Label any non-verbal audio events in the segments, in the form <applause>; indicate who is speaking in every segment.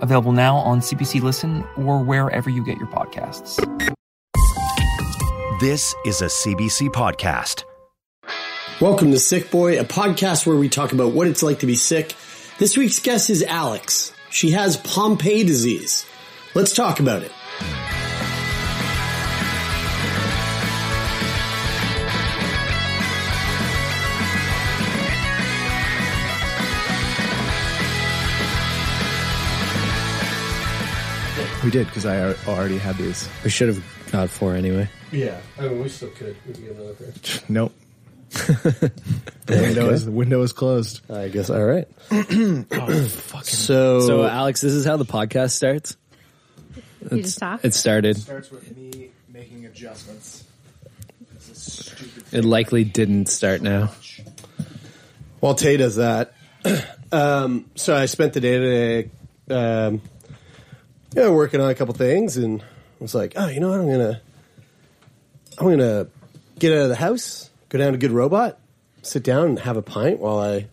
Speaker 1: available now on CBC Listen or wherever you get your podcasts.
Speaker 2: This is a CBC podcast.
Speaker 3: Welcome to Sick Boy, a podcast where we talk about what it's like to be sick. This week's guest is Alex. She has Pompeii disease. Let's talk about it.
Speaker 4: We did because I al- already had these.
Speaker 5: We should have got four anyway.
Speaker 4: Yeah,
Speaker 6: I mean, we still could. We could get another pair.
Speaker 4: Nope. the window is the window is closed.
Speaker 5: I guess. All <clears throat> right.
Speaker 4: So,
Speaker 5: Oh, So, Alex, this is how the podcast starts.
Speaker 7: You just talk.
Speaker 5: It started.
Speaker 4: starts with me making adjustments.
Speaker 5: It likely didn't start now.
Speaker 6: While Tay does that, <clears throat> um, so I spent the day today, um, yeah, working on a couple things, and I was like, oh, you know what, I'm gonna, I'm gonna get out of the house, go down to Good Robot, sit down and have a pint while I,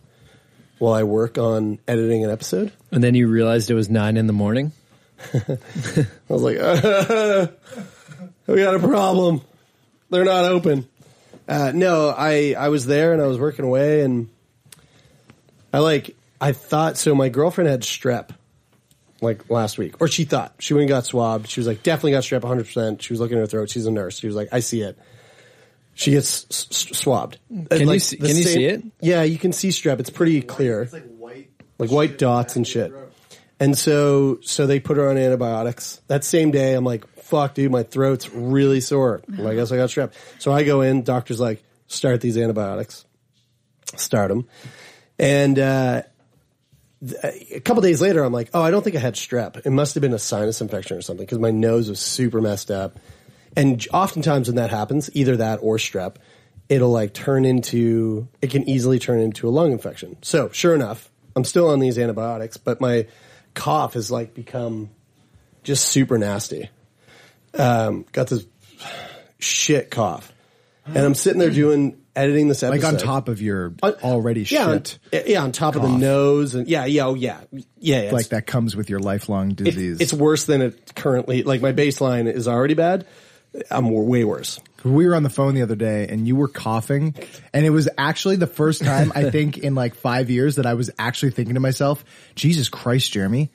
Speaker 6: while I work on editing an episode.
Speaker 5: And then you realized it was nine in the morning.
Speaker 6: I was like, <laughs> we got a problem. They're not open. Uh, no, I, I was there and I was working away and I like, I thought, so my girlfriend had strep like last week, or she thought she went and got swabbed. She was like, definitely got strep 100%. She was looking at her throat. She's a nurse. She was like, I see it. She gets s- s- swabbed.
Speaker 5: Can you see- can you see it?
Speaker 6: Yeah, you can see strep. It's pretty clear. It's like white, like white dots and shit. And so, so they put her on antibiotics. That same day, I'm like, fuck, dude, my throat's really sore. I'm like, I guess I got strep. So I go in, doctor's like, start these antibiotics. Start them. And, uh, th- a couple days later, I'm like, oh, I don't think I had strep. It must have been a sinus infection or something because my nose was super messed up. And j- oftentimes when that happens, either that or strep, it'll like turn into, it can easily turn into a lung infection. So sure enough, I'm still on these antibiotics, but my cough has like become just super nasty. Um, got this <sighs> shit cough. And I'm sitting there doing, editing this episode.
Speaker 4: Like on top of your already
Speaker 6: Uh, yeah, on-
Speaker 4: shit,
Speaker 6: yeah, on top of the
Speaker 4: Cough.
Speaker 6: nose and yeah, yeah, oh yeah, yeah. yeah,
Speaker 4: like
Speaker 6: it's-
Speaker 4: that comes with your lifelong
Speaker 6: it-
Speaker 4: disease.
Speaker 6: it's worse than it currently. Like my baseline is already bad. I'm w- way worse.
Speaker 4: we were on the phone the other day and you were coughing and it was actually the first time I think in like five years that I was actually thinking to myself, Jesus Christ, Jeremy,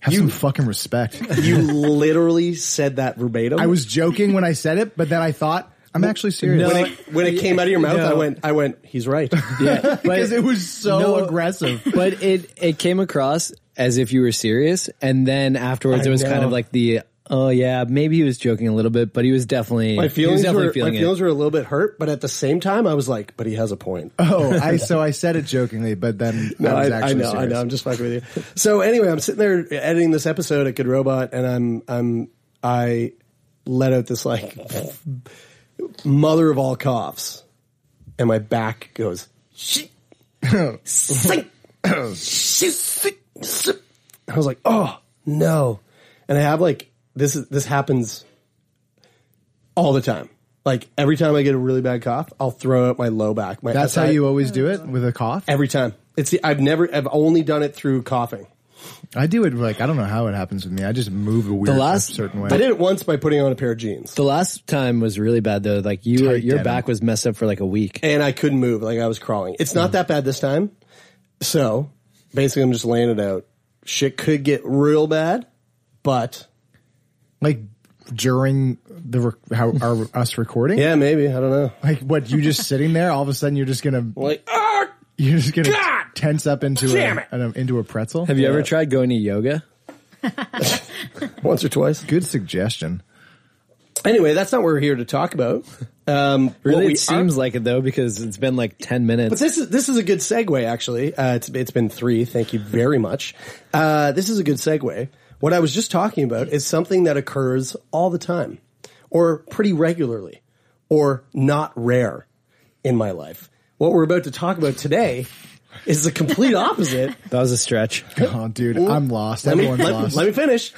Speaker 4: have some fucking respect.
Speaker 6: You literally said that verbatim.
Speaker 4: I was joking when I said it, but then I thought, I'm actually serious.
Speaker 6: when, it, when it came out of your mouth,
Speaker 4: No.
Speaker 6: I went, I went. He's
Speaker 5: <laughs>
Speaker 6: right.
Speaker 5: Yeah,
Speaker 4: because it was so
Speaker 5: No.
Speaker 4: aggressive.
Speaker 5: but it it came across as if you were serious, and then afterwards
Speaker 6: I
Speaker 5: it was kind
Speaker 6: know.
Speaker 5: of like the oh yeah maybe he was joking a little bit, but he was definitely
Speaker 6: My
Speaker 5: he was
Speaker 6: feelings
Speaker 5: definitely
Speaker 6: were
Speaker 5: feeling
Speaker 6: my
Speaker 5: it.
Speaker 6: feelings were a little bit hurt, but at the same time, I was like, but he has a point. <laughs>
Speaker 4: Oh, I so I said it jokingly, but then
Speaker 6: No,
Speaker 4: I was actually
Speaker 6: I, I know, I
Speaker 4: serious.
Speaker 6: know. I'm just fucking with you. So anyway, I'm sitting there editing this episode at Good Robot, and I'm I'm I let out this like mother of all coughs, and my back goes shit, sink, shit, sink, sip. I was like, oh no, and I have like this is this happens all the time. Like every time I get a really bad cough, I'll throw out my low back. My
Speaker 4: That's how
Speaker 6: SI
Speaker 4: you always do it with a cough.
Speaker 6: every time. It's the, I've never I've only done it through coughing.
Speaker 4: I do it like I don't know how it happens with me. I just move a weird
Speaker 5: The last-
Speaker 4: a certain way.
Speaker 6: I did it once by putting on a pair of jeans,
Speaker 5: the last time was really bad though. Like you, were,
Speaker 4: Tight
Speaker 5: your
Speaker 4: denim.
Speaker 5: back was messed up for like a week.
Speaker 6: and I couldn't move. Like I was crawling. It's not that bad this time. So basically, I'm just laying it out. Shit could get real bad, but
Speaker 4: like during the rec- how our, us recording.
Speaker 6: yeah, maybe I don't know.
Speaker 4: Like what you just sitting there, all of a sudden you're just gonna
Speaker 6: Like ah,
Speaker 4: you're just gonna
Speaker 6: God
Speaker 4: tense up into
Speaker 6: damn
Speaker 4: a,
Speaker 6: it.
Speaker 4: an, um, into a pretzel.
Speaker 5: Have you ever tried going to yoga?
Speaker 6: <laughs> once or twice.
Speaker 4: Good suggestion.
Speaker 6: Anyway, that's not what we're here to talk about. Um,
Speaker 5: Really,
Speaker 6: what we
Speaker 5: it seems like it though because it's been like ten minutes.
Speaker 6: But this is this is a good segue, actually. Uh, it's it's been three. Thank you very much. Uh, this is a good segue. What I was just talking about is something that occurs all the time. or pretty regularly or not rare in my life. What we're about to talk about today is
Speaker 5: <laughs>
Speaker 6: the complete opposite.
Speaker 5: That was a stretch.
Speaker 4: <laughs> Oh, dude, I'm lost.
Speaker 6: Let me,
Speaker 4: Everyone's
Speaker 6: let,
Speaker 4: lost.
Speaker 6: let me finish.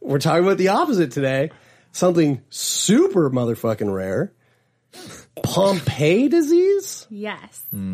Speaker 6: We're talking about the opposite today. Something super motherfucking rare. Pompeii disease?
Speaker 7: Yes.
Speaker 4: the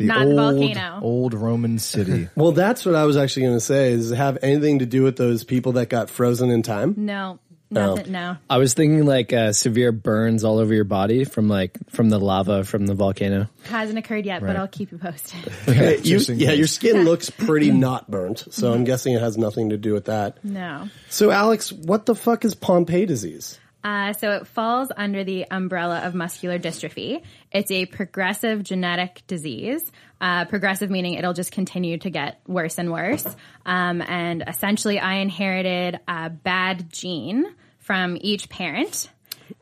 Speaker 7: Not
Speaker 4: old,
Speaker 7: volcano.
Speaker 4: Old Roman city.
Speaker 6: Well, that's what I was actually going to say. Is it have anything to do with those people that got frozen in time?
Speaker 7: No. Nothing. No.
Speaker 5: <laughs> I was thinking like uh, severe burns all over your body from like from the lava from the volcano.
Speaker 7: Hasn't occurred yet, but I'll keep you posted.
Speaker 6: Okay, you-
Speaker 4: just in
Speaker 6: yeah,
Speaker 4: case.
Speaker 6: your skin
Speaker 7: <clears throat>
Speaker 6: looks pretty not burnt, so I'm guessing it has nothing to do with that.
Speaker 7: No.
Speaker 6: So, Alex, what the fuck is Pompeii disease?
Speaker 7: Uh, so it falls under the umbrella of muscular dystrophy. It's a progressive genetic disease. Uh, progressive meaning it'll just continue to get worse and worse. Um, and essentially, I inherited a bad gene from each parent.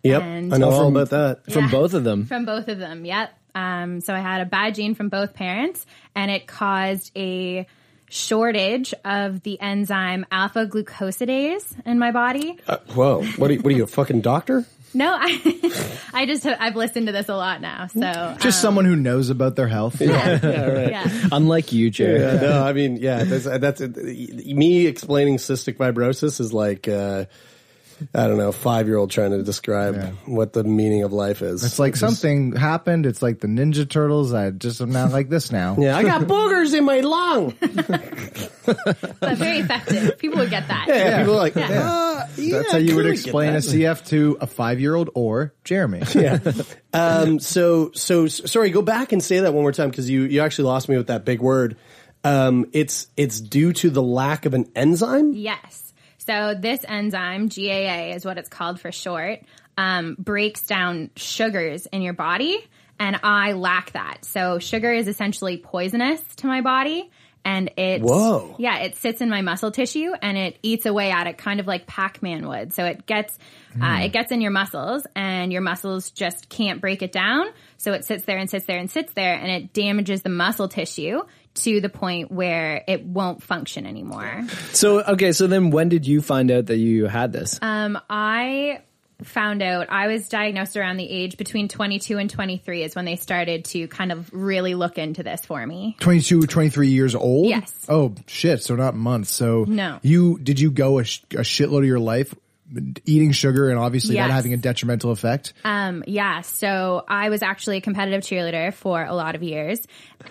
Speaker 6: Yep,
Speaker 7: And-
Speaker 6: I know all
Speaker 5: From-
Speaker 6: about that.
Speaker 5: From both of them.
Speaker 7: From both of them, yep. Um, so I had a bad gene from both parents, and it caused a shortage of the enzyme alpha glucosidase in my body.
Speaker 6: Uh, whoa, what are, you, what are you, a fucking doctor?
Speaker 7: <laughs> No, I, <laughs> I just I've listened to this a lot now. So
Speaker 4: Just someone who knows about their health.
Speaker 7: um, yeah,
Speaker 5: Unlike you, Jerry.
Speaker 6: Yeah, no, I mean, yeah, that's, that's me explaining cystic fibrosis is like, uh, I don't know, five year old trying to describe what the meaning of life is.
Speaker 4: It's like something happened. It's like the Ninja Turtles. I just am not like this now.
Speaker 6: <laughs> yeah, I got boogers in my lung.
Speaker 7: <laughs>
Speaker 6: <laughs>
Speaker 7: but very effective. People would get that.
Speaker 6: Yeah, people are like,
Speaker 7: Yeah.
Speaker 6: "Ah, yeah,
Speaker 4: That's how you would
Speaker 6: kinda get
Speaker 4: explain a
Speaker 6: that."
Speaker 4: CF to a five year old or
Speaker 5: <laughs>
Speaker 4: Jeremy.
Speaker 6: Um, so, so s- sorry, go back and say that one more time because you, you actually lost me with that big word. Um, it's, it's due to the lack of an enzyme.
Speaker 7: Yes. So this enzyme, GAA is what it's called for short, um, breaks down sugars in your body, and I lack that. So sugar is essentially poisonous to my body. And it,
Speaker 6: Whoa.
Speaker 7: yeah, it sits in my muscle tissue and it eats away at it, kind of like Pac-Man would. So it gets,
Speaker 6: Hmm.
Speaker 7: uh, it gets in your muscles, and your muscles just can't break it down. So it sits there and sits there and sits there, and it damages the muscle tissue to the point where it won't function anymore.
Speaker 5: So okay, so then when did you find out that you had this?
Speaker 7: Um, I found out I was diagnosed around the age between 22 and 23 is when they started to kind of really look into this for me.
Speaker 4: 22, 23 years old?
Speaker 7: Yes.
Speaker 4: Oh, shit. So not months. So
Speaker 7: No.
Speaker 4: You, did you go a, sh- a shitload of your life eating sugar and obviously
Speaker 7: Yes.
Speaker 4: that having a detrimental effect?
Speaker 7: Um, yeah, so I was actually a competitive cheerleader for a lot of years,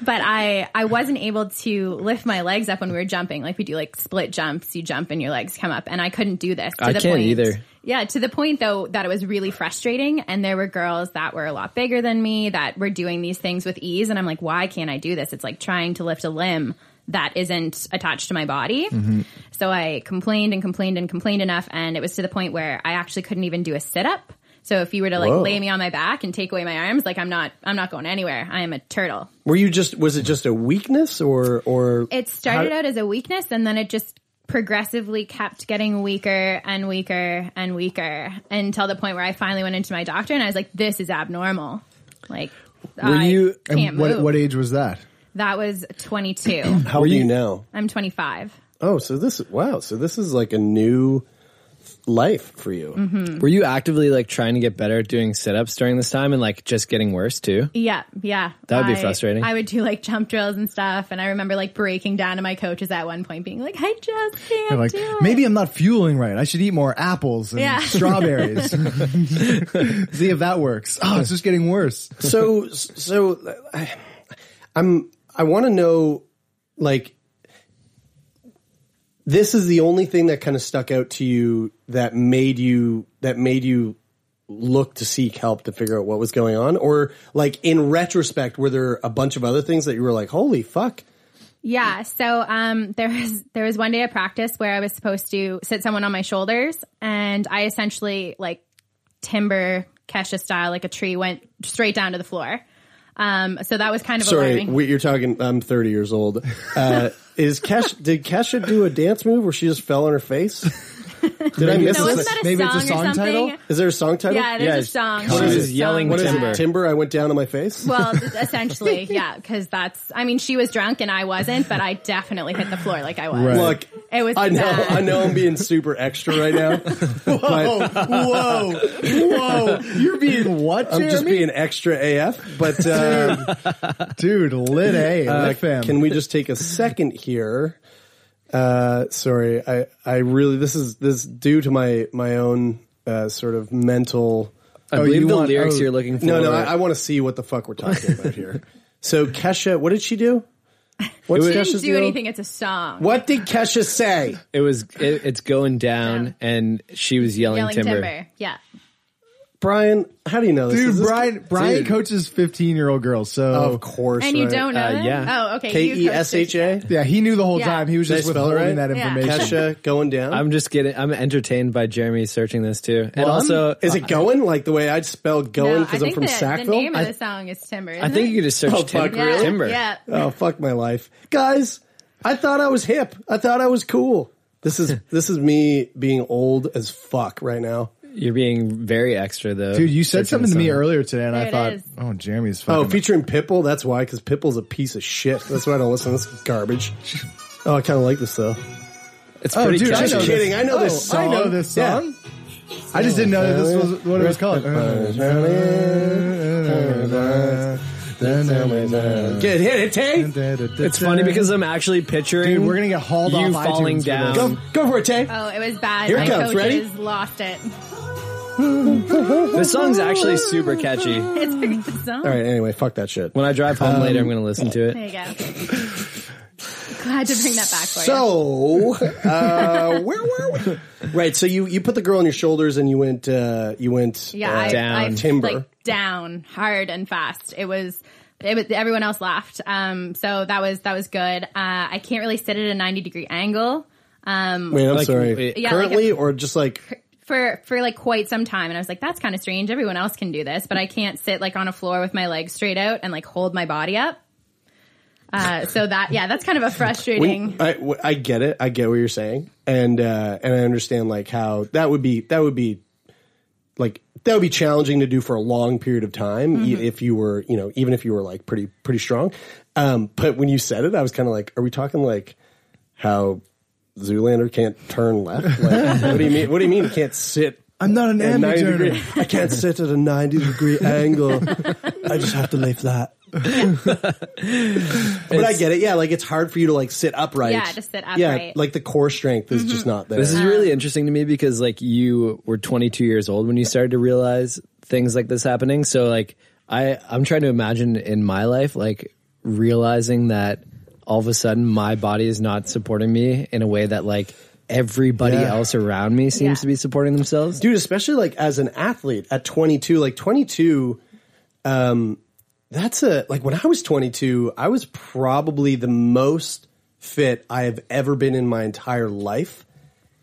Speaker 7: but I I wasn't able to lift my legs up when we were jumping. Like we do like split jumps, you jump and your legs come up, and I couldn't do this. To
Speaker 5: I
Speaker 7: the
Speaker 5: can't
Speaker 7: point,
Speaker 5: either.
Speaker 7: Yeah, to the point though that it was really frustrating, and there were girls that were a lot bigger than me that were doing these things with ease, and I'm like, why can't I do this? It's like trying to lift a limb that isn't attached to my body.
Speaker 5: Mm-hmm.
Speaker 7: So I complained and complained and complained enough, and it was to the point where I actually couldn't even do a sit up. So if you were to like
Speaker 6: Whoa.
Speaker 7: lay me on my back and take away my arms, like I'm not, I'm not going anywhere. I am a turtle.
Speaker 6: Were you just, was it just a weakness or, or?
Speaker 7: It started out as a weakness, and then it just progressively kept getting weaker and weaker and weaker until the point where I finally went into my doctor and I was like, "This is abnormal." Like, I
Speaker 5: you-
Speaker 7: can't
Speaker 4: and what,
Speaker 7: move.
Speaker 4: what age was that?
Speaker 7: that was 22.
Speaker 6: How old are you now?
Speaker 7: I'm 25.
Speaker 6: Oh, so this wow, so this is like a new life for you.
Speaker 5: Were you actively like trying to get better at doing sit-ups during this time and like just getting worse too?
Speaker 7: Yeah, yeah.
Speaker 5: That would be
Speaker 7: I-
Speaker 5: frustrating.
Speaker 7: I would do like jump drills and stuff, and I remember like breaking down to my coaches at one point, being like, "I just can't
Speaker 4: You're like,
Speaker 7: do it."
Speaker 4: maybe I'm not fueling right. I should eat more apples and
Speaker 7: Yeah. <laughs>
Speaker 4: <laughs> strawberries. See if that works. Oh, it's just getting worse.
Speaker 6: So so I, I'm I want to know like this is the only thing that kind of stuck out to you that made you that made you look to seek help to figure out what was going on or like in retrospect were there a bunch of other things that you were like holy fuck
Speaker 7: Yeah. So um, there was there was one day at practice where I was supposed to sit someone on my shoulders, and I essentially like timber Kesha style, like a tree, went straight down to the floor. Um, so that was kind of
Speaker 6: Sorry,
Speaker 7: alarming.
Speaker 6: we, you're talking. I'm 30 years old.
Speaker 7: <laughs>
Speaker 6: Uh, is Kesha? Did Kesha do a dance move where she just fell on her face? Did I miss
Speaker 7: no,
Speaker 6: this?
Speaker 7: wasn't that a
Speaker 4: maybe it's
Speaker 7: song
Speaker 4: a
Speaker 7: or
Speaker 4: song
Speaker 7: something?
Speaker 4: title?
Speaker 6: Is there a song title?
Speaker 7: Yeah, there's a song.
Speaker 5: She
Speaker 7: There's a
Speaker 5: was yelling
Speaker 7: song
Speaker 6: What is
Speaker 5: Timber.
Speaker 6: it? Timber. I went down on my face.
Speaker 7: Well,
Speaker 6: <laughs>
Speaker 7: essentially, yeah, because that's. I mean, she was drunk and I wasn't, but I definitely hit the floor like I was.
Speaker 6: Look,
Speaker 7: It was.
Speaker 6: I know,
Speaker 7: bad.
Speaker 6: I know, I'm being super extra right now. whoa,
Speaker 4: whoa, whoa!
Speaker 6: <laughs>
Speaker 4: You're being what?
Speaker 6: I'm just
Speaker 4: Jeremy?
Speaker 6: being extra AF, but um,
Speaker 4: dude, lit A,
Speaker 6: uh,
Speaker 4: lit fam.
Speaker 6: Can we just take a second here? Uh, sorry, I I really this is this is due to my my own uh, sort of mental.
Speaker 5: I Oh, believe you the want- lyrics oh. you're looking
Speaker 6: No, no,
Speaker 5: for-
Speaker 6: I, I want to see what the fuck we're talking about here. So Kesha, what did she do? What's
Speaker 7: she didn't
Speaker 6: Kesha's
Speaker 7: do
Speaker 6: deal?
Speaker 7: anything. It's a song.
Speaker 6: What did Kesha say?
Speaker 5: It was it, it's going down, and she was yelling,
Speaker 7: Yelling
Speaker 5: timber.
Speaker 7: timber. Yeah.
Speaker 6: Brian, how do you know this?
Speaker 4: Dude,
Speaker 6: Is this-
Speaker 4: Brian Brian
Speaker 6: Dude.
Speaker 4: coaches fifteen year old girls, so
Speaker 6: Of course,
Speaker 7: And you
Speaker 6: right.
Speaker 7: don't know Uh, them? yeah. Oh, okay,
Speaker 6: K
Speaker 7: you
Speaker 6: e
Speaker 7: coached
Speaker 6: s h a.
Speaker 4: yeah, he knew the whole
Speaker 7: Yeah.
Speaker 4: time. He was
Speaker 6: Did I
Speaker 4: just
Speaker 6: spell it
Speaker 4: withholding
Speaker 6: right?
Speaker 4: that
Speaker 7: Yeah.
Speaker 4: information.
Speaker 6: Kesha going down.
Speaker 5: I'm just getting. I'm entertained by Jeremy searching this too, and
Speaker 6: Well,
Speaker 5: also
Speaker 6: I'm- is it going like the way I'd spell going
Speaker 7: No,
Speaker 6: because
Speaker 7: I
Speaker 6: I'm
Speaker 7: think
Speaker 6: from
Speaker 7: the,
Speaker 6: Sackville?
Speaker 7: The name
Speaker 6: I-
Speaker 7: of the song is timber.
Speaker 5: I think you could just search
Speaker 6: Oh,
Speaker 5: tim-
Speaker 6: fuck,
Speaker 5: timber.
Speaker 6: really?
Speaker 7: Yeah.
Speaker 6: oh fuck my life, guys! I thought I was hip. I thought I was cool.
Speaker 5: <laughs>
Speaker 6: This is this is me being old as fuck right now.
Speaker 5: You're being very extra though,
Speaker 4: Dude, you said
Speaker 5: searching
Speaker 4: something to me
Speaker 5: this song.
Speaker 4: earlier today, and
Speaker 7: There
Speaker 4: I
Speaker 7: it
Speaker 4: thought,
Speaker 7: is.
Speaker 4: oh, Jeremy's fucking.
Speaker 6: Oh, featuring Pipple. That's why, because Pipple's a piece of shit. That's why I don't listen to this garbage. Oh, I kind of like this though.
Speaker 5: It's
Speaker 4: Oh,
Speaker 5: pretty
Speaker 4: dude, I
Speaker 5: catchy.
Speaker 4: know
Speaker 6: Just kidding. I know this
Speaker 4: Oh, I
Speaker 6: song.
Speaker 4: know this
Speaker 6: Yeah.
Speaker 4: song. I just didn't know that this was what it was
Speaker 6: <laughs>
Speaker 4: called.
Speaker 6: Get hit it, Tay.
Speaker 5: It's funny because I'm actually picturing.
Speaker 4: Dude, we're gonna get hauled
Speaker 5: you
Speaker 4: off
Speaker 5: falling
Speaker 4: iTunes for
Speaker 5: down.
Speaker 4: this.
Speaker 6: Go go for it, Tay.
Speaker 7: Oh, it was bad.
Speaker 6: Here it
Speaker 7: My
Speaker 6: comes.
Speaker 7: coaches
Speaker 6: Ready?
Speaker 7: lost it.
Speaker 5: This song's actually super catchy.
Speaker 7: It's a good song.
Speaker 6: All right. Anyway, fuck that shit.
Speaker 5: When I drive home later, I'm gonna listen
Speaker 7: There
Speaker 5: to it.
Speaker 7: you go. Glad to bring that back for you.
Speaker 6: So,
Speaker 7: <laughs>
Speaker 6: uh, where were we? Right. So you you put the girl on your shoulders and you went uh, you went
Speaker 7: Yeah,
Speaker 6: uh,
Speaker 7: I, I
Speaker 5: down.
Speaker 6: timber.
Speaker 7: like down hard and fast. It was. It was, everyone else laughed. Um, so that was that was good. Uh, I can't really sit at a ninety degree angle. Um,
Speaker 6: Wait, I'm
Speaker 5: Like,
Speaker 6: sorry.
Speaker 5: wait.
Speaker 7: Yeah,
Speaker 6: Currently,
Speaker 7: like
Speaker 6: or just like
Speaker 7: for for like quite some time and I was like that's kind of strange everyone else can do this but I can't sit like on a floor with my legs straight out and like hold my body up uh, so that yeah that's kind of a frustrating
Speaker 6: we, I, w- I get it. I get what you're saying, and uh, and I understand like how that would be that would be like that would be challenging to do for a long period of time e-
Speaker 7: Mm-hmm.
Speaker 6: if you were you know even if you were like pretty pretty strong. Um, but when you said it, I was kind of like, are we talking like how? Zoolander can't turn left. Like, what do you mean? What do you mean? he Can't sit
Speaker 4: I'm not an
Speaker 6: at 90 degree.
Speaker 4: amateur.
Speaker 6: I can't sit at a 90 degree angle. I just have to lay flat. but I get it. Yeah, like it's hard for you to like sit upright.
Speaker 7: Yeah, to sit
Speaker 6: Yeah,
Speaker 7: upright.
Speaker 6: like the core strength is just not there.
Speaker 5: Mm-hmm. This is really interesting to me because like you were 22 years old when you started to realize things like this happening. So like I I'm trying to imagine in my life like realizing that all of a sudden my body is not supporting me in a way that like everybody else around me seems
Speaker 7: Yeah.
Speaker 5: to be supporting themselves.
Speaker 6: dude, especially like as an athlete at 22, like 22 um that's a like when I was 22, I was probably the most fit I have ever been in my entire life.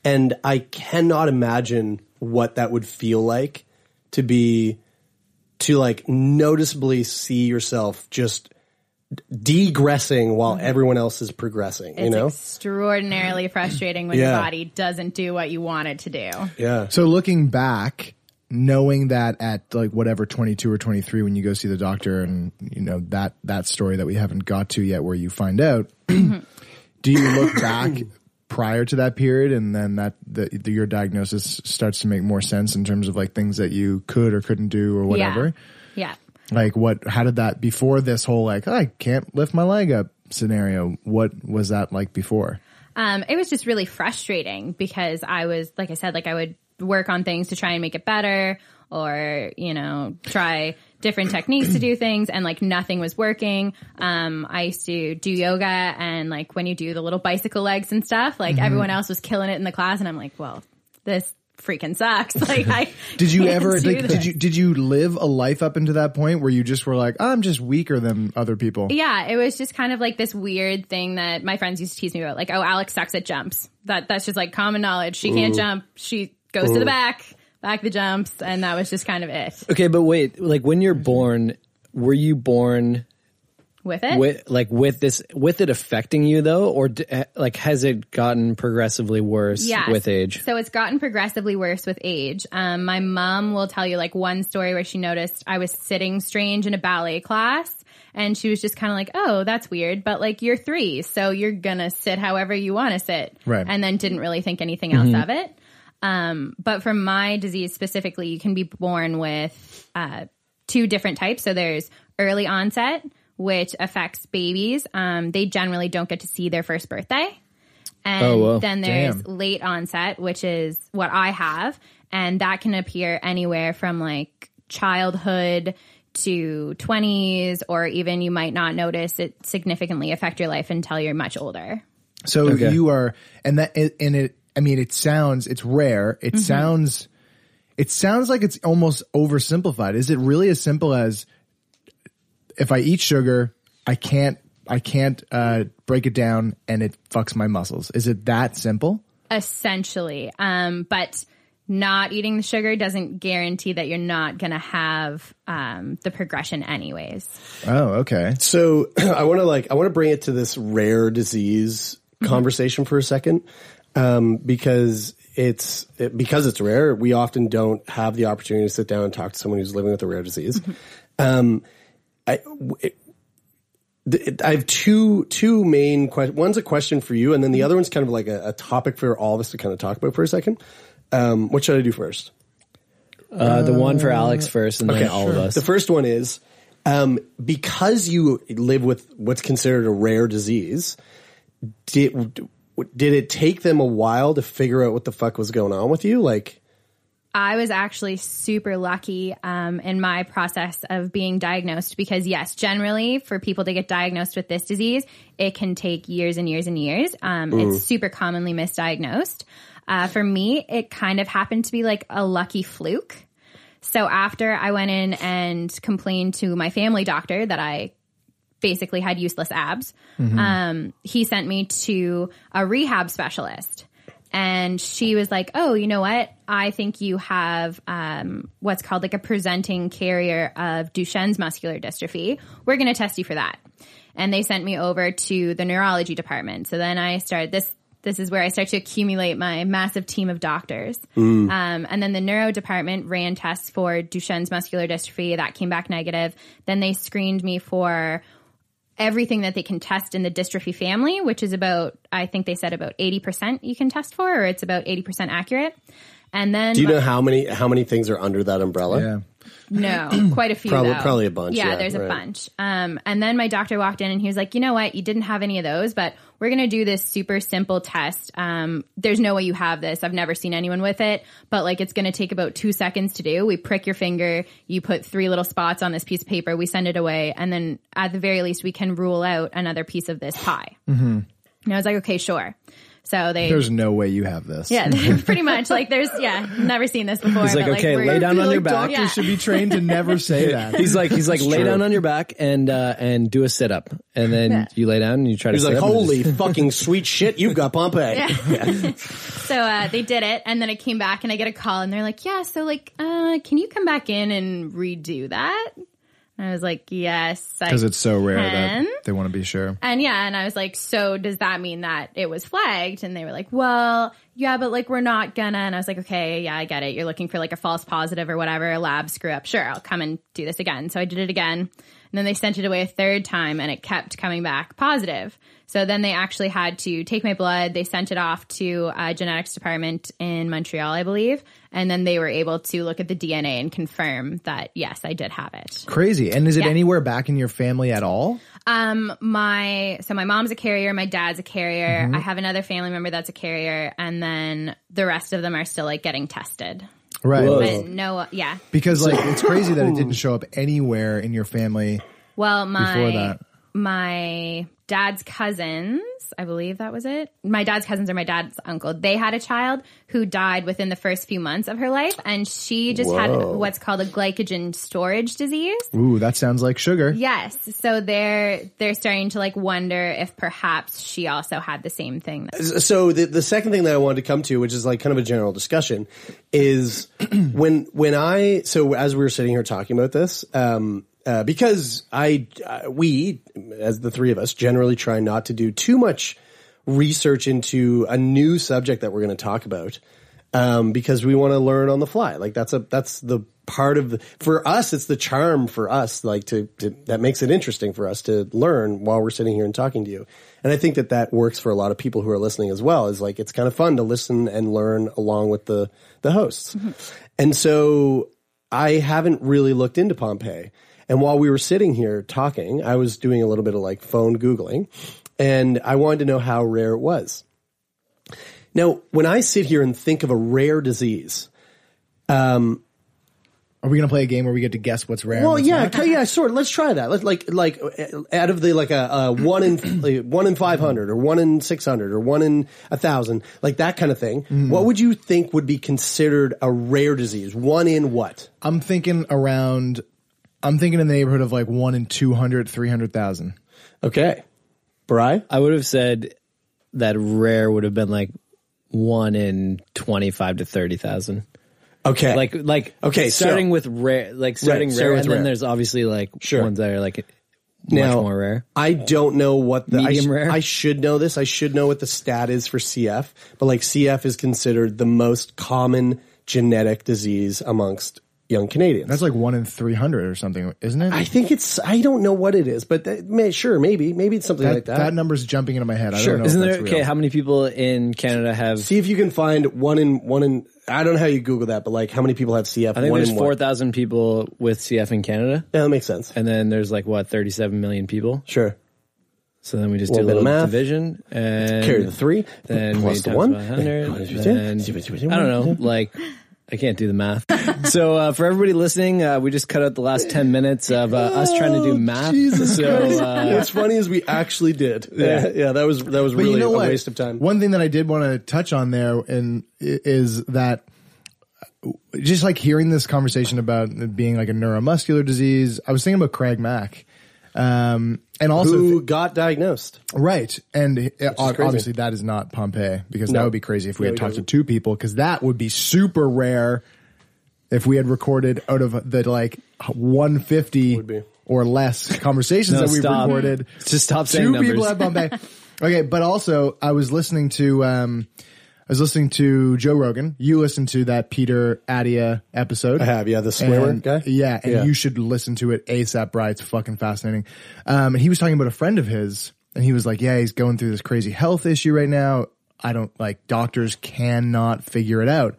Speaker 6: and I cannot imagine what that would feel like to be to like noticeably see yourself just degressing while everyone else is progressing. you
Speaker 7: Mm-hmm. it's
Speaker 6: know,
Speaker 7: extraordinarily frustrating when
Speaker 6: Yeah.
Speaker 7: your body doesn't do what you want it to do
Speaker 6: yeah.
Speaker 4: So looking back, knowing that at like whatever 22 or 23 when you go see the doctor and you know that that story that we haven't got to yet where you find out, <clears throat> do you look back prior to that period and then that the, the, your diagnosis starts to make more sense in terms of like things that you could or couldn't do or whatever?
Speaker 7: yeah
Speaker 4: Like what how did that before this whole like "Oh, I can't lift my leg up scenario, what was that like before?
Speaker 7: um, it was just really frustrating because I was like I said like I would work on things to try and make it better or you know try different techniques to do things and like nothing was working um i used to do yoga and like when you do the little bicycle legs and stuff like
Speaker 5: Mm-hmm.
Speaker 7: everyone else was killing it in the class and i'm like well this freaking sucks <laughs>
Speaker 5: <laughs>
Speaker 7: like <laughs> i
Speaker 4: Did you
Speaker 7: can't
Speaker 4: ever
Speaker 7: do
Speaker 4: like, did
Speaker 7: this.
Speaker 4: you did you live a life up into that point where you just were like I'm just weaker than other people?
Speaker 7: Yeah, it was just kind of like this weird thing that my friends used to tease me about, like, oh, Alex sucks at jumps. That that's just like common knowledge. She can't jump. She goes to the back, back the jumps, and that was just kind of it.
Speaker 5: Okay, but wait, like when you're born, were you born
Speaker 7: With it,
Speaker 5: with like with this with it affecting you though or d- like has it gotten progressively worse
Speaker 7: Yes.
Speaker 5: with age?
Speaker 7: So it's gotten progressively worse with age. Um, my mom will tell you like one story where she noticed I was sitting strange in a ballet class And she was just kind of like, oh, that's weird, but like you're three, so you're gonna sit however you want to sit.
Speaker 8: Right.
Speaker 7: And then didn't really think anything else
Speaker 8: Mhm.
Speaker 7: of it. Um, but for my disease specifically, you can be born with uh, two different types. So there's early onset, which affects babies. Um, they generally don't get to see their first birthday. And
Speaker 8: Oh, wow.
Speaker 7: then there's
Speaker 8: Damn.
Speaker 7: late onset, which is what I have. And that can appear anywhere from like childhood to 20s, or even you might not notice it significantly affect your life until you're much older.
Speaker 4: So
Speaker 5: Okay.
Speaker 4: you are, and that, and it, I mean, it sounds, it's rare. It
Speaker 7: Mhm.
Speaker 4: sounds, it sounds like it's almost oversimplified. Is it really as simple as if I eat sugar, I can't, I can't, uh, break it down and it fucks my muscles? Is it that simple?
Speaker 7: essentially. Um, but not eating the sugar doesn't guarantee that you're not going to have um, the progression, anyways.
Speaker 4: Oh, okay.
Speaker 6: So <clears throat> I want to like I want to bring it to this rare disease conversation for a second um, because it's it, because it's rare. We often don't have the opportunity to sit down and talk to someone who's living with a rare disease. Um, I w- it- th- it- I have two two main questions. One's a question for you, and then the other one's kind of like a, a topic for all of us to kind of talk about for a second. Um, what should I do first?
Speaker 5: Uh, the one for Alex first, and then all of us.
Speaker 6: The first one is um, because you live with what's considered a rare disease. Did did it take them a while to figure out what the fuck was going on with you? Like,
Speaker 7: I was actually super lucky um, in my process of being diagnosed because, yes, generally for people to get diagnosed with this disease, it can take years and years and years. Um,
Speaker 8: Mm.
Speaker 7: It's super commonly misdiagnosed. Uh, for me, it kind of happened to be like a lucky fluke. So after I went in and complained to my family doctor that I basically had useless abs,
Speaker 8: Mhm.
Speaker 7: um, he sent me to a rehab specialist. And she was like, Oh, you know what? I think you have um, what's called like a presenting carrier of Duchenne's muscular dystrophy. We're going to test you for that. And they sent me over to the neurology department. So then I started this. This is where I start to accumulate my massive team of doctors.
Speaker 8: Mm.
Speaker 7: Um, and then the neuro department ran tests for Duchenne's muscular dystrophy. That came back negative. Then they screened me for everything that they can test in the dystrophy family, which is about, I think they said about 80% you can test for, or it's about 80% accurate. And then,
Speaker 6: do you know how many how many things are under that umbrella? Yeah.
Speaker 5: <clears throat>
Speaker 7: no,
Speaker 6: Mm.
Speaker 7: quite a few.
Speaker 6: Probably-
Speaker 7: though.
Speaker 6: probably a bunch, yeah,
Speaker 7: there's a
Speaker 6: right.
Speaker 7: bunch. Um, and then my doctor walked in and he was like, you know what? You didn't have any of those, but we're going to do this super simple test. Um, there's no way you have this. I've never seen anyone with it, but like it's going to take about two seconds to do. We prick your finger, you put three little spots on this piece of paper, we send it away, and then at the very least, we can rule out another piece of this pie.
Speaker 4: Mm-hmm.
Speaker 7: And I was like, okay, sure. So they.
Speaker 4: There's no way you have this.
Speaker 7: yeah, <laughs> pretty much. Like, there's, yeah, never seen
Speaker 5: <laughs>
Speaker 7: this before.
Speaker 5: He's like,
Speaker 7: but,
Speaker 5: okay,
Speaker 7: we're-
Speaker 5: lay down on your back.
Speaker 7: Yeah.
Speaker 4: trained to never
Speaker 5: <laughs>
Speaker 4: say that.
Speaker 5: He's like,
Speaker 6: <laughs>
Speaker 5: he's like,
Speaker 4: It's
Speaker 5: lay
Speaker 4: true.
Speaker 5: down on your back and uh, and do a sit up, and then
Speaker 7: Yeah.
Speaker 5: you lay down and you try
Speaker 6: He's
Speaker 5: to. sit
Speaker 6: like,
Speaker 5: up and
Speaker 6: holy
Speaker 5: it's-
Speaker 6: fucking sweet shit, you've
Speaker 7: <laughs>
Speaker 6: got Pompeii.
Speaker 7: Yeah. so uh, they did it, and then it came back, and I get a call, and they're like, "Yeah, so like, uh, can you come back in and redo that?" And I was like, "Yes, I
Speaker 4: Because it's so rare
Speaker 7: can."
Speaker 4: that they want to be sure.
Speaker 7: And yeah, and I was like, so does that mean that it was flagged? And they were like, well, yeah, but like we're not gonna. And I was like, okay, yeah, I get it. You're looking for like a false positive or whatever, a lab screw up. Sure, I'll come and do this again. So I did it again. And then they sent it away a third time and it kept coming back positive. So then they actually had to take my blood. They sent it off to a genetics department in Montreal, I believe. And then they were able to look at the DNA and confirm that, yes, I did have it.
Speaker 4: Crazy. And is it
Speaker 7: Yeah.
Speaker 4: anywhere back in your family at all?
Speaker 7: Um, my so my mom's a carrier, my dad's a carrier.
Speaker 4: Mhm.
Speaker 7: I have another family member that's a carrier, and then the rest of them are still like getting tested.
Speaker 4: Right.
Speaker 7: But no, yeah.
Speaker 4: Because like it's crazy that it didn't show up anywhere in your family.
Speaker 7: Well,
Speaker 4: Before
Speaker 7: my
Speaker 4: that.
Speaker 7: my dad's cousins, I believe that was it. My dad's cousins are my dad's uncle. They had a child who died within the first few months of her life, and she just had
Speaker 4: Whoa.
Speaker 7: what's called a glycogen storage disease.
Speaker 4: Ooh, that sounds like sugar.
Speaker 7: Yes, so they're they're starting to like wonder if perhaps she also had the same thing. that-
Speaker 6: so the, the second thing that I wanted to come to, which is like kind of a general discussion, is <clears throat> when when I so as we were sitting here talking about this, um, uh, because I uh, we as the three of us generally try not to do too much research into a new subject that we're going to talk about um, because we want to learn on the fly. Like that's a that's the part of the, for us it's the charm for us like to, to that makes it interesting for us to learn while we're sitting here and talking to you and i think that that works for a lot of people who are listening as well is like it's kind of fun to listen and learn along with the the hosts and so i haven't really looked into pompeii and while we were sitting here talking i was doing a little bit of like phone googling and i wanted to know how rare it was now when i sit here and think of a rare disease um
Speaker 4: Are we going to play a game where we get to guess what's rare? and
Speaker 6: well,
Speaker 4: what's
Speaker 6: yeah,
Speaker 4: not?
Speaker 6: okay, yeah, sure. Let's try that. Let's like like uh, out of the like a, a
Speaker 4: <clears throat>
Speaker 6: one in like, one in five hundred or one in six hundred or one in a thousand, like that kind of thing.
Speaker 4: Mm.
Speaker 6: What would you think would be considered a rare disease? One in what?
Speaker 4: I'm thinking around. I'm thinking in the neighborhood of like one in 200, 300,000.
Speaker 6: Okay. Bry?
Speaker 5: I would have said that rare would have been like one in 25 to 30,000.
Speaker 6: Okay.
Speaker 5: Like, like,
Speaker 6: Okay, so-
Speaker 5: starting with rare, like starting rare,
Speaker 6: Right, starting with
Speaker 5: and then
Speaker 6: rare.
Speaker 5: there's obviously like ones that are like much
Speaker 6: Now,
Speaker 5: more rare.
Speaker 6: I don't know what the I,
Speaker 5: Medium
Speaker 6: sh-
Speaker 5: rare?
Speaker 6: I should know this. I should know what the stat is for CF, but like CF is considered the most common genetic disease amongst young Canadians.
Speaker 4: That's like one in 300 or something, isn't it?
Speaker 6: I think it's. I don't know what it is, but that, may, sure, maybe, maybe it's something
Speaker 4: that,
Speaker 6: like that.
Speaker 4: that number's jumping into my head. I
Speaker 6: Sure.
Speaker 4: don't know.
Speaker 5: Isn't
Speaker 4: if
Speaker 5: there,
Speaker 4: that's
Speaker 5: okay,
Speaker 4: real.
Speaker 5: how many people in Canada have,
Speaker 6: See if you can find one in one in. I don't know how you Google that, but like how many people have CF?
Speaker 5: I think
Speaker 6: one
Speaker 5: there's
Speaker 6: in one.
Speaker 5: 4,000 people with CF in Canada.
Speaker 6: Yeah, that makes sense.
Speaker 5: And then there's like what, 37 million people?
Speaker 6: Sure.
Speaker 5: So then we just
Speaker 6: Little
Speaker 5: do a
Speaker 6: bit of
Speaker 5: little
Speaker 6: math.
Speaker 5: division and
Speaker 6: Carry the three,
Speaker 5: Then
Speaker 6: plus
Speaker 5: we
Speaker 6: the
Speaker 5: times
Speaker 6: one.
Speaker 5: 100,
Speaker 6: Yeah.
Speaker 5: then- I
Speaker 4: <laughs>
Speaker 5: don't know, like I can't do the math. so uh, for everybody listening, uh, we just cut out the last ten minutes of uh, us trying to
Speaker 4: Oh,
Speaker 5: do math.
Speaker 6: Oh,
Speaker 5: <laughs>
Speaker 6: Jesus
Speaker 5: so
Speaker 6: Christ!
Speaker 5: uh,
Speaker 6: <laughs> What's funny is we actually did.
Speaker 5: Yeah.
Speaker 6: Yeah, that was that was
Speaker 4: But
Speaker 6: really
Speaker 4: you know
Speaker 6: a
Speaker 4: what?
Speaker 6: waste of time.
Speaker 4: One thing that I did want to touch on there and i- is that uh, just like hearing this conversation about it being like a neuromuscular disease, I was thinking about Craig Mack. Um, and also
Speaker 6: Who got diagnosed?
Speaker 4: Right. And it- ob-
Speaker 6: crazy.
Speaker 4: obviously that is not Pompeii because
Speaker 6: No.
Speaker 4: that would be crazy if we
Speaker 6: No,
Speaker 4: had
Speaker 6: it
Speaker 4: talked
Speaker 6: doesn't.
Speaker 4: to two people because that would be super rare if we had recorded out of the like 150 or less conversations
Speaker 5: No,
Speaker 4: that we've
Speaker 5: stop.
Speaker 4: recorded.
Speaker 5: Just stop saying
Speaker 4: Two
Speaker 5: numbers.
Speaker 4: people at
Speaker 5: <laughs>
Speaker 4: Pompeii. okay. But also I was listening to, um, I was listening to Joe Rogan. You listened to that Peter Adia episode.
Speaker 6: I have, yeah, the swimmer
Speaker 4: And-
Speaker 6: guy?
Speaker 4: Yeah, and
Speaker 6: Yeah.
Speaker 4: you should listen to it ASAP, Bry. It's fucking fascinating. Um, and he was talking about a friend of his, and he was like, "Yeah, he's going through this crazy health issue right now. I don't like doctors cannot figure it out."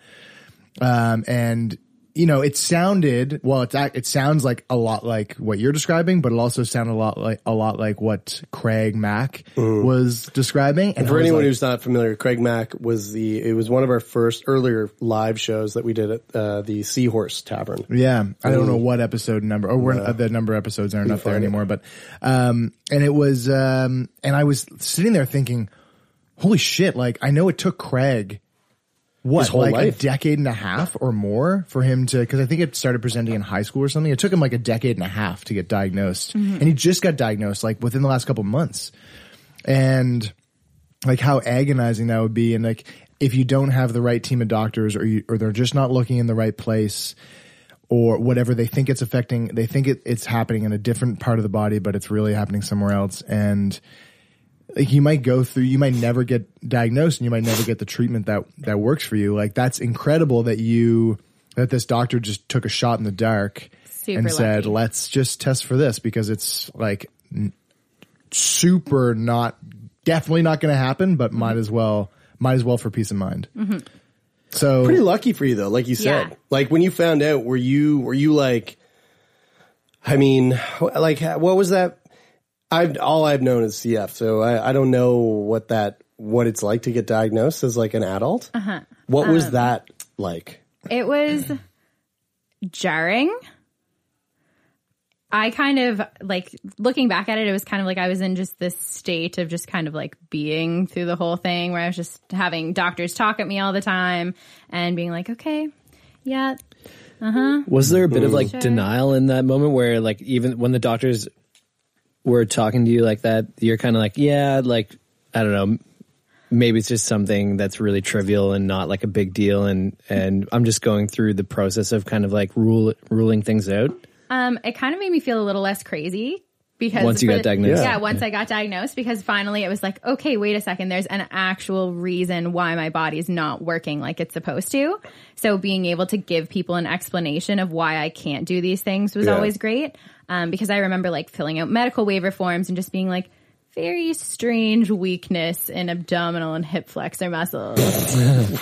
Speaker 4: Um, and you know, it sounded well. It's ac- it sounds like a lot like what you're describing, but it also sounded a lot like a lot like what Craig Mack was describing.
Speaker 6: And
Speaker 4: I
Speaker 6: for
Speaker 4: was
Speaker 6: anyone
Speaker 4: like,
Speaker 6: who's not familiar, Craig Mack was the it was one of our first earlier live shows that we did at uh, the Seahorse Tavern.
Speaker 4: Yeah, I don't know what episode number or we're, uh, the number of episodes aren't up there anymore, but um, and it was um, and I was sitting there thinking, holy shit! Like I know it took Craig what
Speaker 6: His whole
Speaker 4: like a
Speaker 6: life.
Speaker 4: decade and a half or more for him to because I think it started presenting in high school or something. It took him like a decade and a half to get diagnosed,
Speaker 6: Mm-hmm.
Speaker 4: and he just got diagnosed like within the last couple months, and like how agonizing that would be and like if you don't have the right team of doctors or you, or they're just not looking in the right place or whatever they think it's affecting they think it, it's happening in a different part of the body but it's really happening somewhere else and like you might go through you might never get diagnosed and you might never get the treatment that that works for you like that's incredible that you that this doctor just took a shot in the dark
Speaker 7: Super
Speaker 4: and said
Speaker 7: lucky.
Speaker 4: let's just test for this because it's like n- super not definitely not going to happen but might as well might as well for peace of mind
Speaker 7: Mm-hmm.
Speaker 4: so
Speaker 6: pretty lucky for you though like you said
Speaker 7: Yeah.
Speaker 6: like when you found out were you were you like i mean like what was that i've all i've known is cf so i, I don't know what that what it's like to get diagnosed as like an adult uh-huh. what was that like
Speaker 7: It was jarring. I kind of like looking back at it, it was kind of like I was in just this state of just kind of like being through the whole thing where I was just having doctors talk at me all the time and being like, okay, yeah,
Speaker 5: was there a
Speaker 6: Mm-hmm.
Speaker 5: bit of like denial in that moment where like even when the doctors were talking to you like that, you're kind of like, yeah, like I don't know, maybe it's just something that's really trivial and not like a big deal, and and I'm just going through the
Speaker 6: <laughs>
Speaker 5: process of kind of like rule ruling things out.
Speaker 7: Um, it kind of made me feel a little less crazy because
Speaker 5: Once you
Speaker 7: for
Speaker 5: got diagnosed.
Speaker 7: yeah,
Speaker 5: Yeah.
Speaker 7: once I got diagnosed, because finally it was like, okay, wait a second, there's an actual reason why my body's not working like it's supposed to. So being able to give people an explanation of why I can't do these things was
Speaker 8: Yeah.
Speaker 7: always great. Um, because I remember like filling out medical waiver forms and just being like, very strange weakness in abdominal and hip flexor muscles.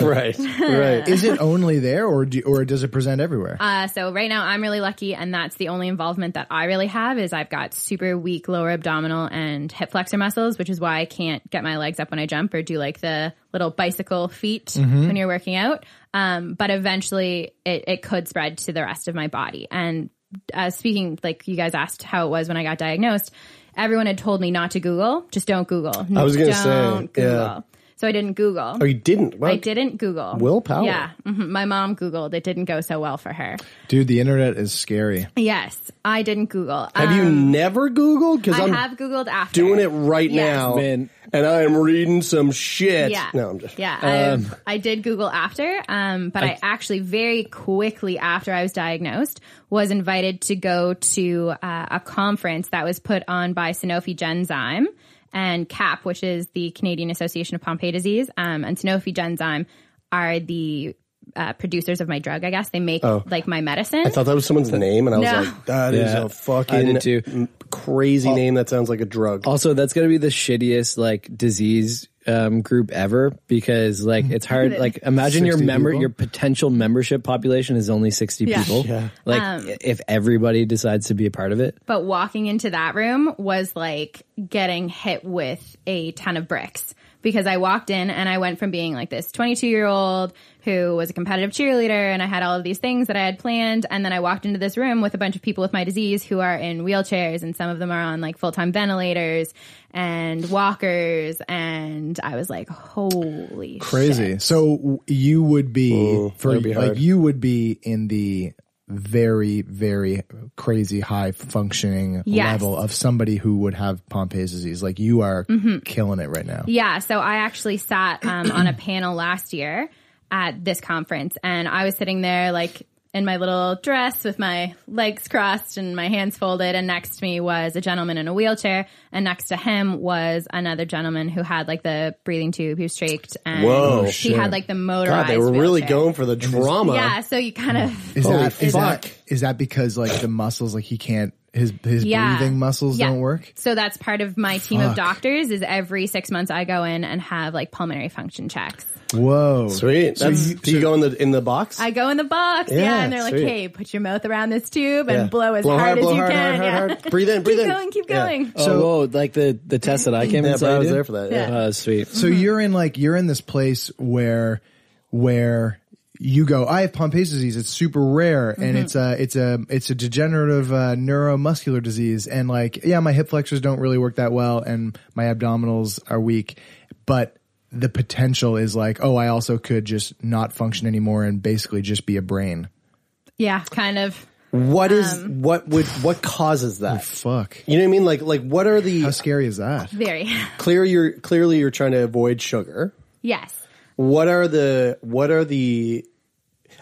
Speaker 5: <laughs> right,
Speaker 7: right.
Speaker 4: Is it only there, or do, or does it present everywhere?
Speaker 7: Uh, so right now I'm really lucky, and that's the only involvement that I really have is I've got super weak lower abdominal and hip flexor muscles, which is why I can't get my legs up when I jump or do like the little bicycle feet
Speaker 6: Mm-hmm.
Speaker 8: Mhm.
Speaker 7: when you're working out. Um, but eventually it, it could spread to the rest of my body. And uh, speaking, like you guys asked how it was when I got diagnosed, everyone had told me not to Google, just don't Google.
Speaker 6: I was gonna say,
Speaker 7: don't Google.
Speaker 6: yeah.
Speaker 7: So I didn't Google.
Speaker 6: Oh, you didn't? What?
Speaker 7: I didn't Google.
Speaker 4: Willpower.
Speaker 7: Yeah. hmm My mom Googled. It didn't go so well for her.
Speaker 4: Dude, the internet is scary.
Speaker 7: Yes. I didn't Google.
Speaker 6: Have you never Googled? Because
Speaker 7: um, I
Speaker 6: I'm
Speaker 7: have Googled after.
Speaker 6: doing it right
Speaker 7: Yes.
Speaker 6: now, and I am reading some shit.
Speaker 7: Yeah.
Speaker 6: No, I'm just
Speaker 7: Yeah.
Speaker 6: Um,
Speaker 7: I, I did Google after, um, but I,
Speaker 6: I-
Speaker 7: actually very quickly after I was diagnosed was invited to go to uh, a conference that was put on by Sanofi Genzyme and CAP, which is the Canadian Association of Pompe Disease. Um, and Sanofi Genzyme are the uh, producers of my drug, I guess. They make
Speaker 6: Oh.
Speaker 7: like my medicine.
Speaker 6: I thought that was someone's name, and I was
Speaker 7: No.
Speaker 6: like, that is
Speaker 5: Yeah,
Speaker 6: a
Speaker 5: I
Speaker 6: fucking
Speaker 5: did too.
Speaker 6: m- crazy name that sounds like a drug.
Speaker 5: Also, that's gonna be the shittiest like disease um, group ever because like it's hard. Like imagine your
Speaker 4: 60
Speaker 5: member,
Speaker 4: people?
Speaker 5: your potential membership population is only sixty
Speaker 7: Yeah.
Speaker 5: people.
Speaker 7: Yeah.
Speaker 5: Like
Speaker 7: Um,
Speaker 5: if everybody decides to be a part of it,
Speaker 7: But walking into that room was like getting hit with a ton of bricks because I walked in and I went from being like this 22 year old who was a competitive cheerleader and I had all of these things that I had planned. And then I walked into this room with a bunch of people with my disease who are in wheelchairs and some of them are on like full time ventilators and walkers. And I was like, holy
Speaker 4: Crazy. So w- you would be for
Speaker 6: that'd be
Speaker 4: like
Speaker 6: hard.
Speaker 4: you would be in the very very crazy high functioning
Speaker 7: Yes.
Speaker 4: level of somebody who would have Pompei's disease. Like you are
Speaker 7: Mhm.
Speaker 4: killing it right now.
Speaker 7: Yeah. So I actually sat um, on a <clears throat> panel last year at this conference, and I was sitting there like in my little dress with my legs crossed and my hands folded. And next to me was a gentleman in a wheelchair, and next to him was another gentleman who had like the breathing tube. He was shaked, and
Speaker 6: Whoa,
Speaker 7: he
Speaker 6: shit.
Speaker 7: had like the motorized.
Speaker 6: God, they were really
Speaker 7: wheelchair.
Speaker 6: going for the drama.
Speaker 7: Yeah. So you kind of
Speaker 4: Is
Speaker 6: Holy
Speaker 4: that is
Speaker 6: fuck.
Speaker 4: that is that because like the muscles like he can't his his
Speaker 7: Yeah.
Speaker 4: <laughs> breathing muscles
Speaker 7: Yeah.
Speaker 4: don't work?
Speaker 7: So that's part of my team
Speaker 4: Fuck.
Speaker 7: of doctors. Is every six months I go in and have like pulmonary function checks.
Speaker 4: Whoa,
Speaker 6: sweet.
Speaker 7: So
Speaker 6: That's,
Speaker 7: you-
Speaker 6: do you go in the in the box?
Speaker 7: I go in the box, yeah,
Speaker 6: Yeah,
Speaker 7: and they're like,
Speaker 6: sweet.
Speaker 7: "Hey, put your mouth around this tube
Speaker 5: Yeah.
Speaker 7: and blow as
Speaker 5: Blow
Speaker 7: hard,
Speaker 5: hard,
Speaker 7: as
Speaker 5: blow
Speaker 7: you
Speaker 5: hard,
Speaker 7: can."
Speaker 5: hard,
Speaker 7: yeah.
Speaker 5: hard, hard. Breathe in, breathe
Speaker 7: keep
Speaker 5: in.
Speaker 7: going, keep
Speaker 5: Yeah.
Speaker 7: going.
Speaker 6: Oh,
Speaker 5: So, whoa, like the the test that I came
Speaker 4: Yeah,
Speaker 5: inside.
Speaker 4: but I was
Speaker 5: did?
Speaker 4: there for that, yeah.
Speaker 6: Uh,
Speaker 5: Oh, sweet.
Speaker 4: So you're in like you're in this place where where you go. I have Pompe's disease. It's super rare, and
Speaker 9: Mhm.
Speaker 4: it's a it's a it's a degenerative uh, neuromuscular disease. And like, yeah, my hip flexors don't really work that well, and my abdominals are weak, but the potential is like, oh, I also could just not function anymore and basically just be a brain.
Speaker 7: <laughs> yeah, kind of.
Speaker 6: What is
Speaker 7: Um,
Speaker 6: what would what causes that?
Speaker 4: fuck.
Speaker 6: You know what I mean? Like like what are the How
Speaker 4: scary is that?
Speaker 7: Very <laughs>
Speaker 6: Clear you're clearly you're trying to avoid sugar.
Speaker 7: yes.
Speaker 6: What are the what are the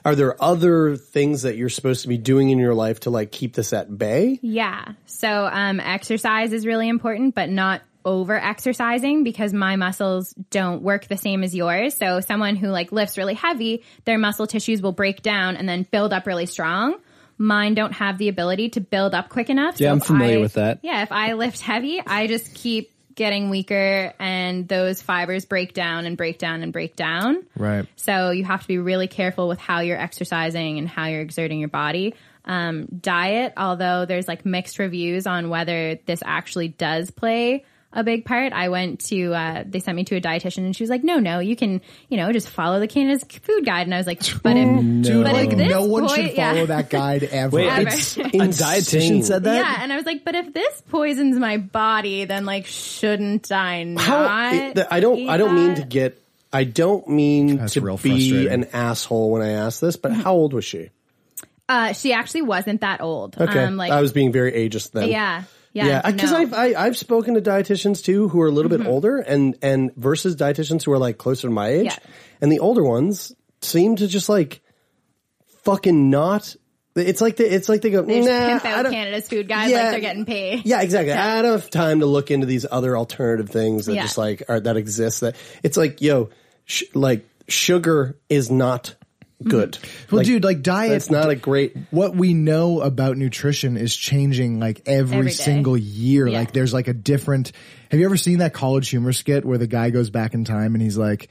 Speaker 6: are there other things that you're supposed to be doing in your life to like keep this at bay?
Speaker 7: Yeah. So um, exercise is really important, but not over exercising because my muscles don't work the same as yours. So someone who like lifts really heavy, their muscle tissues will break down and then build up really strong. Mine don't have the ability to build up quick enough.
Speaker 5: Yeah, I'm
Speaker 7: if
Speaker 5: familiar
Speaker 7: I-
Speaker 5: with that.
Speaker 7: Yeah, if I lift heavy, I just keep getting weaker and those fibers break down and break down and break down.
Speaker 4: Right.
Speaker 7: So you have to be really careful with how you're exercising and how you're exerting your body. Um, diet, although there's like mixed reviews on whether this actually does play a big part. I went to, uh, they sent me to a dietitian and she was like, no, no, you can, you know, just follow the Canada's food guide. And I was like, but if,
Speaker 4: Dude,
Speaker 7: but at
Speaker 4: like
Speaker 7: this
Speaker 4: Oh, no one should
Speaker 7: point- yeah.
Speaker 4: follow that guide ever.
Speaker 5: Wait,
Speaker 4: <laughs>
Speaker 5: it's- a dietitian said that.
Speaker 7: Yeah, and I was like, but if this poisons my body, then like, shouldn't I not?
Speaker 6: it- the- I don't. I don't mean to get. I don't mean to be
Speaker 4: frustrating.
Speaker 6: an asshole when I ask this, but how old was she?
Speaker 7: Uh, she actually wasn't that old.
Speaker 6: Okay,
Speaker 7: um, like
Speaker 6: I was being very ageist then.
Speaker 7: yeah, yeah,
Speaker 6: yeah. Because
Speaker 7: no. Mm-hmm.
Speaker 6: I've I, I've spoken to dietitians too who are a little bit older and and versus dietitians who are like closer to my age,
Speaker 7: Yeah.
Speaker 6: and the older ones seem to just like fucking not It's like they, it's like they go.
Speaker 7: There's
Speaker 6: nah,
Speaker 7: pimp out Canada's food guys
Speaker 6: Yeah.
Speaker 7: like they're getting paid.
Speaker 6: Yeah, exactly. I don't have time to look into these other alternative things that
Speaker 7: Yeah.
Speaker 6: just like are that exist. That it's like, yo, sh- like sugar is not good.
Speaker 4: Well, dude, like diet.
Speaker 6: It's not a great.
Speaker 4: What we know about nutrition is changing like every,
Speaker 6: Every day.
Speaker 4: single year. Like there's like a different. Have you ever seen that college humor skit where the guy goes back in time and he's like,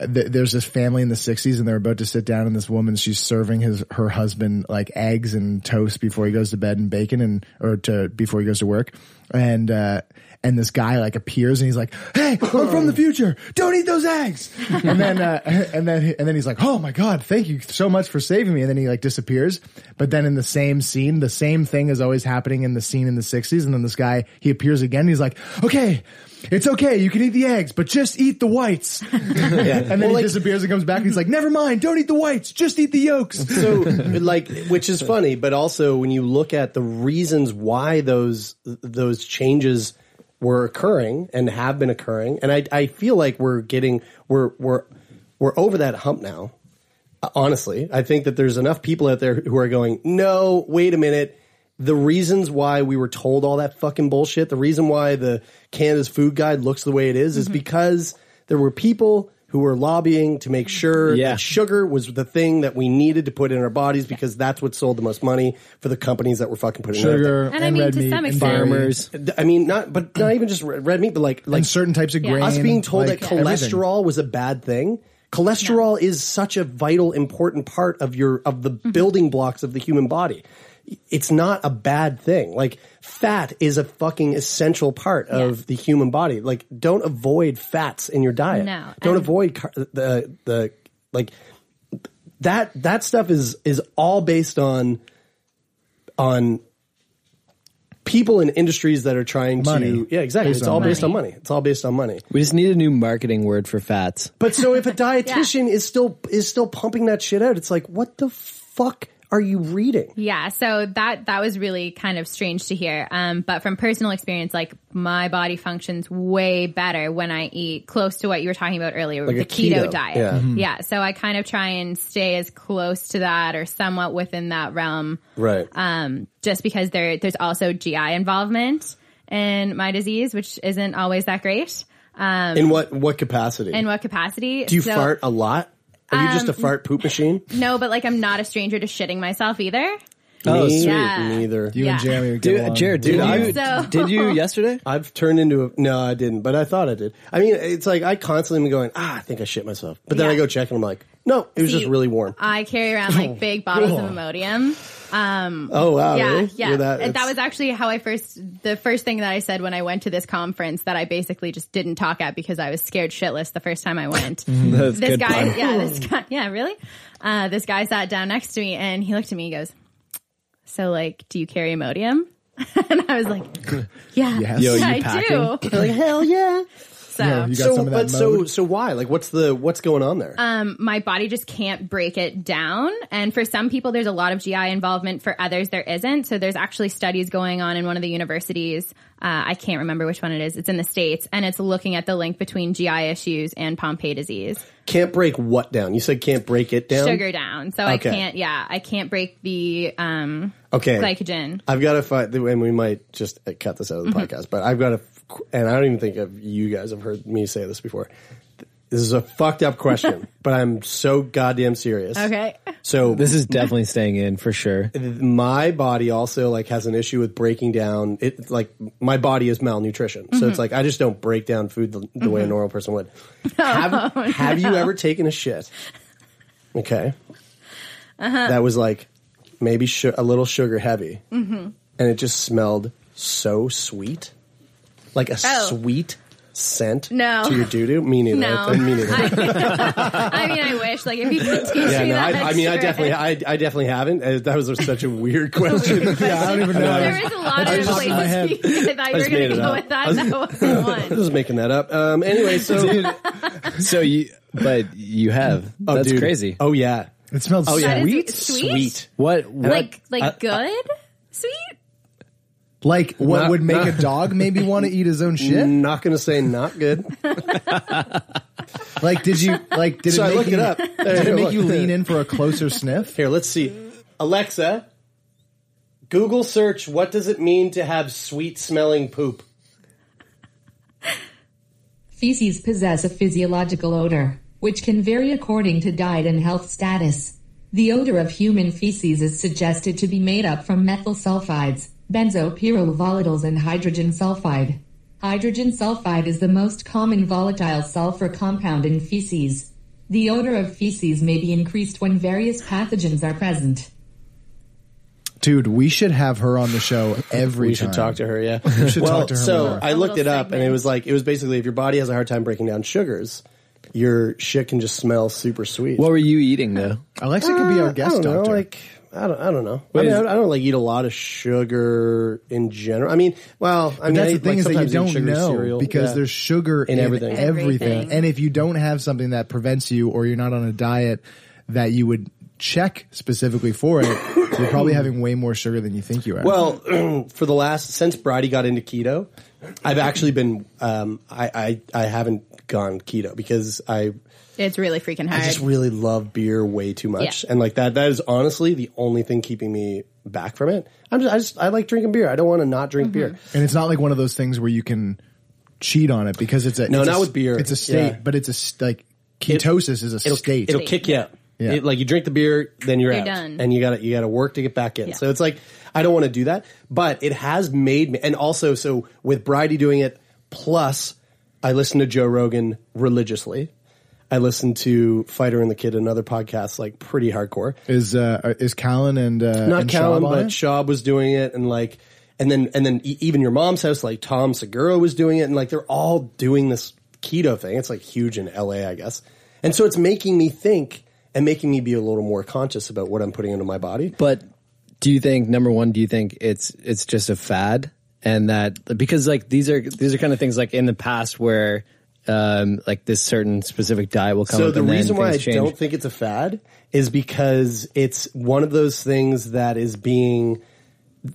Speaker 4: th- there's this family in the 60s and they're about to sit down and this woman she's serving his her husband like eggs and toast before he goes to bed and bacon and or to before he goes to work and uh and this guy like appears and he's like hey i'm from the future don't eat those eggs <laughs> and then uh and then and then he's like oh my god thank you so much for saving me and then he like disappears but then in the same scene the same thing is always happening in the scene in the 60s and then this guy he appears again and he's like okay it's okay you can eat the eggs but just eat the whites <laughs> and then he disappears and comes back and he's like, never mind, don't eat the whites, just eat the yolks.
Speaker 6: So, <laughs> like, which is funny, but also when you look at the reasons why those those changes were occurring and have been occurring, and I I feel like we're getting we're we're we're over that hump now. Uh, Honestly, I think that there's enough people out there who are going, no, wait a minute. The reasons why we were told all that fucking bullshit, the reason why the Canada's food guide looks the way it is,
Speaker 4: Mm-hmm.
Speaker 6: is because there were people who were lobbying to make sure
Speaker 5: Yeah.
Speaker 6: that sugar was the thing that we needed to put in our bodies because that's what sold the most money for the companies that were fucking putting it out
Speaker 4: Sugar
Speaker 6: there.
Speaker 7: And I and mean, red to meat some and extent-
Speaker 4: farmers.
Speaker 6: I mean, not but not even just red red meat, but like like
Speaker 4: And certain types of grain.
Speaker 6: us being told
Speaker 4: like,
Speaker 6: that
Speaker 4: everything.
Speaker 6: cholesterol was a bad thing. Cholesterol is such a vital, important part of your of the building blocks of the human body. It's not a bad thing. Like fat is a fucking essential part of the human body. Like don't avoid fats in your diet.
Speaker 7: No,
Speaker 6: don't avoid car- the the like that that stuff is is all based on on people in industries that are trying
Speaker 5: Money.
Speaker 6: to yeah exactly
Speaker 5: Based
Speaker 6: it's
Speaker 5: on
Speaker 6: all based
Speaker 5: money.
Speaker 6: on money it's all based on money
Speaker 5: We just need a new marketing word for fats.
Speaker 6: but
Speaker 7: <laughs>
Speaker 6: so if a dietitian is still is still pumping that shit out, it's like what the fuck are you reading?
Speaker 7: Yeah, so that that was really kind of strange to hear. Um, but from personal experience, like my body functions way better when I eat close to what you were talking about earlier,
Speaker 8: Like
Speaker 7: with
Speaker 8: a
Speaker 7: the keto,
Speaker 8: keto,
Speaker 7: diet.
Speaker 8: yeah. Mhm.
Speaker 7: yeah, so I kind of try and stay as close to that or somewhat within that realm.
Speaker 6: Right.
Speaker 7: um, just because there there's also GI involvement in my disease, which isn't always that great. Um,
Speaker 6: in what what capacity?
Speaker 7: in what capacity?
Speaker 6: Do you
Speaker 7: So-
Speaker 6: fart a lot? Are you just a
Speaker 7: Um,
Speaker 6: fart
Speaker 7: <laughs>
Speaker 6: poop machine?
Speaker 7: No, but like I'm not a stranger to shitting myself either.
Speaker 6: Me
Speaker 7: Oh, Yeah.
Speaker 6: Neither.
Speaker 7: You and Yeah. Jeremy
Speaker 4: would
Speaker 7: get along.
Speaker 5: Jared, did
Speaker 6: I've-
Speaker 5: you- So- <laughs> did you yesterday?
Speaker 6: I've turned into a no, I didn't, but I thought I did. I mean, it's like I constantly am going, ah, I think I shit myself, but then I go check and I'm like, no, it was
Speaker 7: See, uh,
Speaker 6: just really warm.
Speaker 7: I carry around like
Speaker 6: <laughs>
Speaker 7: big bottles of Imodium. Um,
Speaker 6: Oh, wow,
Speaker 7: Yeah,
Speaker 6: really?
Speaker 7: yeah.
Speaker 6: You're that-
Speaker 7: and that
Speaker 6: it's-
Speaker 7: was actually how I first. The first thing that I said when I went to this conference that I basically just didn't talk at because I was scared shitless the first time I
Speaker 6: <laughs>
Speaker 7: went.
Speaker 6: Mm-hmm.
Speaker 8: That's
Speaker 7: this
Speaker 8: good
Speaker 7: guy,
Speaker 8: fun.
Speaker 7: yeah, this guy, <laughs> yeah, really. Uh, this guy sat down next to me and he looked at me. He goes, "So, like, do you carry Imodium?" <laughs> and I was
Speaker 6: <laughs>
Speaker 7: like, "Yeah,
Speaker 6: Yes. Yo, you
Speaker 7: yeah, I
Speaker 6: packing?
Speaker 7: do."
Speaker 6: <laughs> like, hell yeah.
Speaker 7: So,
Speaker 6: so, but so so why? Like, what's the what's going on there?
Speaker 7: um, my body just can't break it down. And for some people, there's a lot of GI involvement. For others, there isn't. So there's actually studies going on in one of the universities. Uh, I can't remember which one it is. It's in the States and it's looking at the link between GI issues and Pompe disease.
Speaker 6: Can't break what down? You said can't break it down.
Speaker 7: Sugar down. So I
Speaker 6: Okay.
Speaker 7: can't, yeah, I can't break the, um,
Speaker 6: Okay.
Speaker 7: glycogen.
Speaker 6: I've got to find, and we might just cut this out of the
Speaker 7: Mhm.
Speaker 6: podcast, but I've got to, and I don't even think of you guys have heard me say this before. This is a fucked up
Speaker 7: <laughs>
Speaker 6: question, but I'm so goddamn serious.
Speaker 7: Okay.
Speaker 6: So
Speaker 5: <laughs> this is definitely staying in for sure.
Speaker 6: My body also like has an issue with breaking down. It like my body is malnutrition, so it's
Speaker 5: Mhm.
Speaker 6: like I just don't break down food the, the way
Speaker 5: Mm-hmm.
Speaker 6: a normal person
Speaker 5: <laughs>
Speaker 6: would.
Speaker 5: Oh,
Speaker 6: Have, have you ever taken a shit? Okay,
Speaker 7: Uh-huh.
Speaker 6: that was like maybe su- a little sugar heavy.
Speaker 5: Mm-hmm.
Speaker 7: hmm
Speaker 6: and it just smelled so sweet, like a
Speaker 7: Oh.
Speaker 6: sweet scent
Speaker 7: No.
Speaker 6: to your doo doo. Me neither.
Speaker 7: No. <laughs>
Speaker 6: I, me neither.
Speaker 7: I mean, I wish, like, if you could <laughs> teach
Speaker 6: yeah,
Speaker 7: me
Speaker 6: no. I,
Speaker 7: that.
Speaker 6: I mean, I
Speaker 7: sure. <laughs>
Speaker 6: definitely, I, I definitely haven't. Uh, That was such a weird <laughs> question. yeah, I don't even know.
Speaker 7: There is a lot
Speaker 6: I
Speaker 7: of
Speaker 6: just- I had-
Speaker 7: places you thought you
Speaker 6: I
Speaker 7: were
Speaker 6: just
Speaker 7: going
Speaker 6: made
Speaker 7: to
Speaker 6: it
Speaker 7: go
Speaker 6: up.
Speaker 7: with
Speaker 6: I
Speaker 7: that.
Speaker 6: was-
Speaker 7: That
Speaker 6: <laughs>
Speaker 7: wasn't one.
Speaker 6: I was making that up. Um, anyway, so
Speaker 5: Dude.
Speaker 7: <laughs>
Speaker 5: so you, but you have.
Speaker 6: Oh,
Speaker 5: That's
Speaker 6: dude.
Speaker 5: crazy.
Speaker 6: Oh yeah,
Speaker 4: it smells
Speaker 5: oh,
Speaker 7: That is
Speaker 5: yeah.
Speaker 7: Sweet? sweet? Sweet.
Speaker 5: What? what
Speaker 7: like like
Speaker 5: I-
Speaker 7: good sweet
Speaker 4: Like what
Speaker 6: Not-
Speaker 4: would make
Speaker 6: not- Mm.
Speaker 4: a dog maybe want to eat his own shit?
Speaker 6: Not gonna say not good.
Speaker 4: like did you like did
Speaker 6: So I
Speaker 4: it make
Speaker 6: looked
Speaker 4: you,
Speaker 6: it up.
Speaker 4: <laughs> Did it make you
Speaker 6: Look. <laughs>
Speaker 4: lean in for a closer sniff?
Speaker 6: Here, let's see. Alexa, Google search what does it mean to have sweet smelling poop?
Speaker 8: Feces possess a physiological odor, which can vary according to diet and health status. The odor of human feces is suggested to be made up from methyl sulfides, benzopyryl volatiles, and hydrogen sulfide. Hydrogen sulfide is the most common volatile sulfur compound in feces. The odor of feces may be increased when various pathogens are present.
Speaker 4: Dude, we should have her on the show every
Speaker 6: We
Speaker 4: time.
Speaker 6: should talk to her, yeah.
Speaker 4: <laughs> We should
Speaker 6: well,
Speaker 4: talk to her
Speaker 6: so
Speaker 4: more.
Speaker 6: I looked it up and it was like, it was basically if your body has a hard time breaking down sugars, your shit can just smell super sweet. What
Speaker 5: were you eating though?
Speaker 4: Alexa could be our guest
Speaker 6: Uh, I don't know,
Speaker 4: doctor.
Speaker 6: like, I don't, I don't know.
Speaker 4: Wait,
Speaker 6: I, mean,
Speaker 4: is-
Speaker 6: I don't- I don't like eat a lot of sugar in general. I mean, well, I
Speaker 4: But
Speaker 6: mean,
Speaker 4: that's
Speaker 6: I
Speaker 4: the
Speaker 6: eat,
Speaker 4: thing
Speaker 6: like,
Speaker 4: is that you
Speaker 6: sometimes eat
Speaker 4: don't
Speaker 6: sugar
Speaker 4: know
Speaker 6: cereal.
Speaker 4: because
Speaker 6: Yeah.
Speaker 4: there's sugar
Speaker 6: In
Speaker 4: in,
Speaker 6: everything.
Speaker 4: everything.
Speaker 6: Everything.
Speaker 4: And if you don't have something that prevents you or you're not on a diet that you would check specifically for it, <coughs> you're probably having way more sugar than you think you are.
Speaker 6: Well, <clears throat> for the last since Brady got into keto, I've actually been um, I, I I haven't gone keto because I
Speaker 7: It's really freaking
Speaker 6: I
Speaker 7: hard.
Speaker 6: just really love beer way too much,
Speaker 7: Yeah.
Speaker 6: and like that that is honestly the only thing keeping me back from it. I'm just I just I like drinking beer. I don't want to not drink beer.
Speaker 4: and it's not like one of those things where you can cheat on it because it's a
Speaker 6: No,
Speaker 4: it's a
Speaker 6: not
Speaker 4: s-
Speaker 6: with beer.
Speaker 4: It's a state,
Speaker 6: Yeah.
Speaker 4: but it's a s- like ketosis is a
Speaker 6: it'll,
Speaker 4: state.
Speaker 6: It'll kick you out.
Speaker 4: Yeah.
Speaker 6: It- like you drink the beer, then you're,
Speaker 4: You're
Speaker 6: out,
Speaker 4: done.
Speaker 6: and you got to you got to work to get back in.
Speaker 4: Yeah.
Speaker 6: So it's like I don't want to do that, but it has made me. And also, so with Bridie doing it, plus I listen to Joe Rogan religiously. I listen to Fighter and the Kid and other podcasts like pretty hardcore.
Speaker 4: Is uh, is Callan and uh,
Speaker 6: Not
Speaker 4: and
Speaker 6: Callum,
Speaker 4: Schaub on
Speaker 6: but
Speaker 4: it?
Speaker 6: Schaub was doing it, and like, and then and then e- even your mom's house, like Tom Segura was doing it, and like they're all doing this keto thing. It's like huge in LA, I guess, and so it's making me think and making me be a little more conscious about what I'm putting into my body.
Speaker 5: But do you think number one? Do you think it's it's just a fad, and that because like these are these are kind of things like in the past where um like this certain specific diet will come.
Speaker 6: So
Speaker 5: up
Speaker 6: the
Speaker 5: and then
Speaker 6: reason why I
Speaker 5: things change.
Speaker 6: don't think it's a fad is because it's one of those things that is being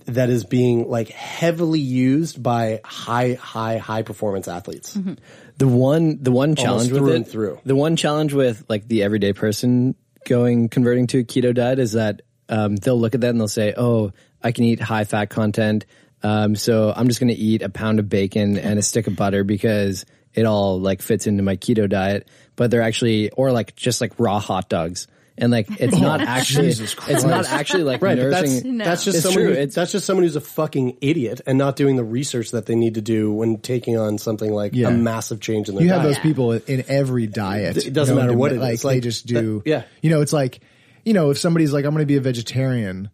Speaker 6: that is being like heavily used by high high high performance athletes.
Speaker 5: Mm-hmm. The one the one challenge
Speaker 6: Almost
Speaker 5: with
Speaker 6: through
Speaker 5: it,
Speaker 6: and through.
Speaker 5: the one challenge with like the everyday person going converting to a keto diet is that um, they'll look at that and they'll say, "Oh, I can eat high fat content, um, so I'm just going to eat a pound of bacon and a stick of butter because it all like fits into my keto diet." But they're actually or like just like raw hot dogs. And like it's
Speaker 6: Oh, <laughs>
Speaker 5: not actually,
Speaker 6: Jesus
Speaker 5: it's not
Speaker 6: Christ.
Speaker 5: actually like
Speaker 6: right, but
Speaker 5: nourishing.
Speaker 6: That's, that's just
Speaker 5: It's
Speaker 6: someone
Speaker 5: true.
Speaker 6: Who,
Speaker 5: It's-
Speaker 6: that's just someone who's a fucking idiot and not doing the research that they need to do when taking on something like
Speaker 4: Yeah.
Speaker 6: a massive change in their
Speaker 4: you have
Speaker 6: diet.
Speaker 4: those people in every diet.
Speaker 6: It doesn't
Speaker 4: known
Speaker 6: matter
Speaker 4: to
Speaker 6: what
Speaker 4: ma-
Speaker 6: it is.
Speaker 4: like,
Speaker 6: Like,
Speaker 4: they just do.
Speaker 6: that- yeah.
Speaker 4: you know, it's like you know, if somebody's like, "I'm going to be a vegetarian,"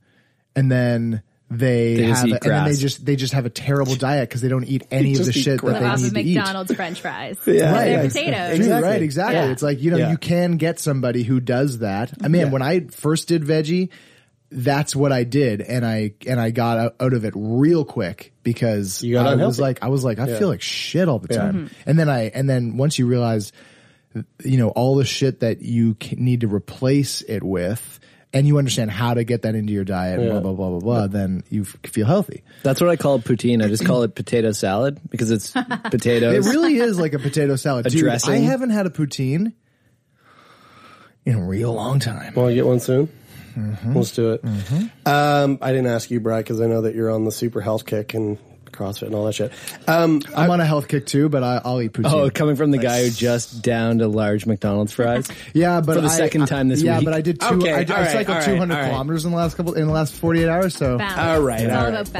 Speaker 4: and then they,
Speaker 5: They just
Speaker 4: have,
Speaker 5: eat
Speaker 4: a, and then they
Speaker 5: grass.
Speaker 4: just they just have a terrible diet because they don't eat any of
Speaker 5: just
Speaker 4: the
Speaker 5: eat
Speaker 4: shit
Speaker 7: Live
Speaker 4: that
Speaker 7: off
Speaker 4: they
Speaker 7: of
Speaker 4: need to eat.
Speaker 7: McDonald's French
Speaker 6: <laughs>
Speaker 7: fries.
Speaker 4: Yeah,
Speaker 7: Right.
Speaker 4: yeah,
Speaker 7: They're
Speaker 4: exactly.
Speaker 7: potatoes.
Speaker 4: Dude, right, exactly.
Speaker 7: Yeah.
Speaker 4: It's like, you know,
Speaker 7: Yeah.
Speaker 4: you can get somebody who does that. I mean,
Speaker 6: Yeah.
Speaker 4: when I first did veggie, that's what I did. And I, and I got out- out of it real quick because
Speaker 6: got
Speaker 4: I was
Speaker 6: unhealthy.
Speaker 4: like, I was like, I
Speaker 6: Yeah.
Speaker 4: feel like shit all the
Speaker 6: Yeah.
Speaker 4: time.
Speaker 6: Mhm.
Speaker 4: And then I, and then once you realize, you know, all the shit that you ca- need to replace it with, and you understand how to get that into your diet,
Speaker 5: Yeah.
Speaker 4: blah, blah, blah, blah, blah, then you f- feel healthy.
Speaker 5: that's what I call poutine. I just call it potato salad because it's potatoes.
Speaker 4: It really is like a potato salad.
Speaker 5: A
Speaker 4: Dude,
Speaker 5: dressing.
Speaker 4: I haven't had a poutine in a real long time.
Speaker 6: Want to get one soon?
Speaker 5: Mm-hmm.
Speaker 6: Let's do it. Um, I didn't ask you, Brad, because I know that you're on the super health kick and CrossFit and all that shit. Um,
Speaker 4: I'm on a health kick too, but I, I'll eat poutine.
Speaker 5: Oh, coming from the guy who just downed a large McDonald's
Speaker 6: <laughs>
Speaker 5: fries.
Speaker 4: yeah, but
Speaker 5: for the
Speaker 4: I-
Speaker 5: second time this
Speaker 4: yeah,
Speaker 5: week.
Speaker 4: but I did two. I, I cycled 200 kilometers in the last couple in the last 48 hours. So
Speaker 7: Balance. It's all about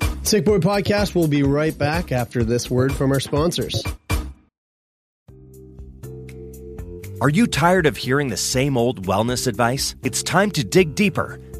Speaker 7: balance.
Speaker 6: Sick Boy Podcast will be right back after this word from our sponsors.
Speaker 2: Are you tired of hearing the same old wellness advice? It's time to dig deeper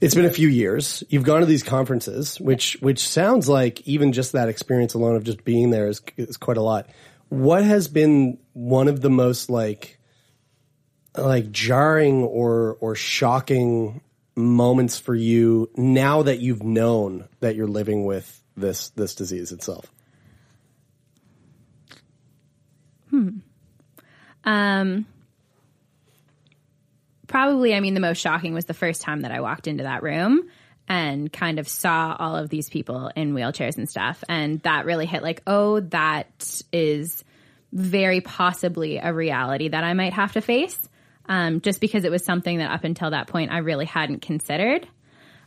Speaker 6: It's been a few years. You've gone to these conferences, which which sounds like even just that experience alone of just being there is is quite a lot. What has been one of the most like like jarring or or shocking moments for you now that you've known that you're living with this this disease itself?
Speaker 7: Hmm. Um, probably, I mean, the most shocking was the first time that I walked into that room and kind of saw all of these people in wheelchairs and stuff. And that really hit like, oh, that is very possibly a reality that I might have to face. Um, just because it was something that up until that point I really hadn't considered.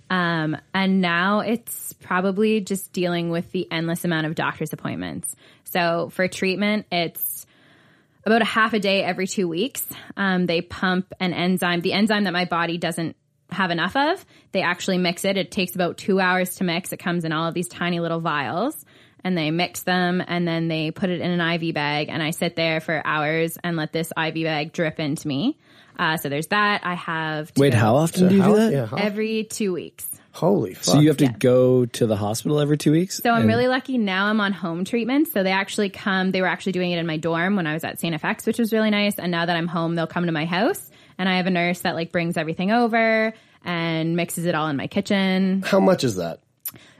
Speaker 7: Um, and now it's probably just dealing with the endless amount of doctor's appointments. So for treatment, it's about a half a day every two weeks. Um, they pump an enzyme, the enzyme that my body doesn't have enough of. They actually mix it. It takes about two hours to mix. It comes in all of these tiny little vials and they mix them and then they put it in an IV bag. And I sit there for hours and let this IV bag drip into me. Uh, so there's that. I have. to
Speaker 5: Wait,
Speaker 7: go-
Speaker 5: how often do you do that?
Speaker 7: Every two weeks.
Speaker 6: Holy
Speaker 5: So you have to go to the hospital every two weeks?
Speaker 7: So I'm
Speaker 5: And-
Speaker 7: really lucky now I'm on home treatment. So they actually come, they were actually doing it in my dorm when I was at St. FX, which was really nice. And now that I'm home, they'll come to my house and I have a nurse that like brings everything over and mixes it all in my kitchen.
Speaker 6: How much is that?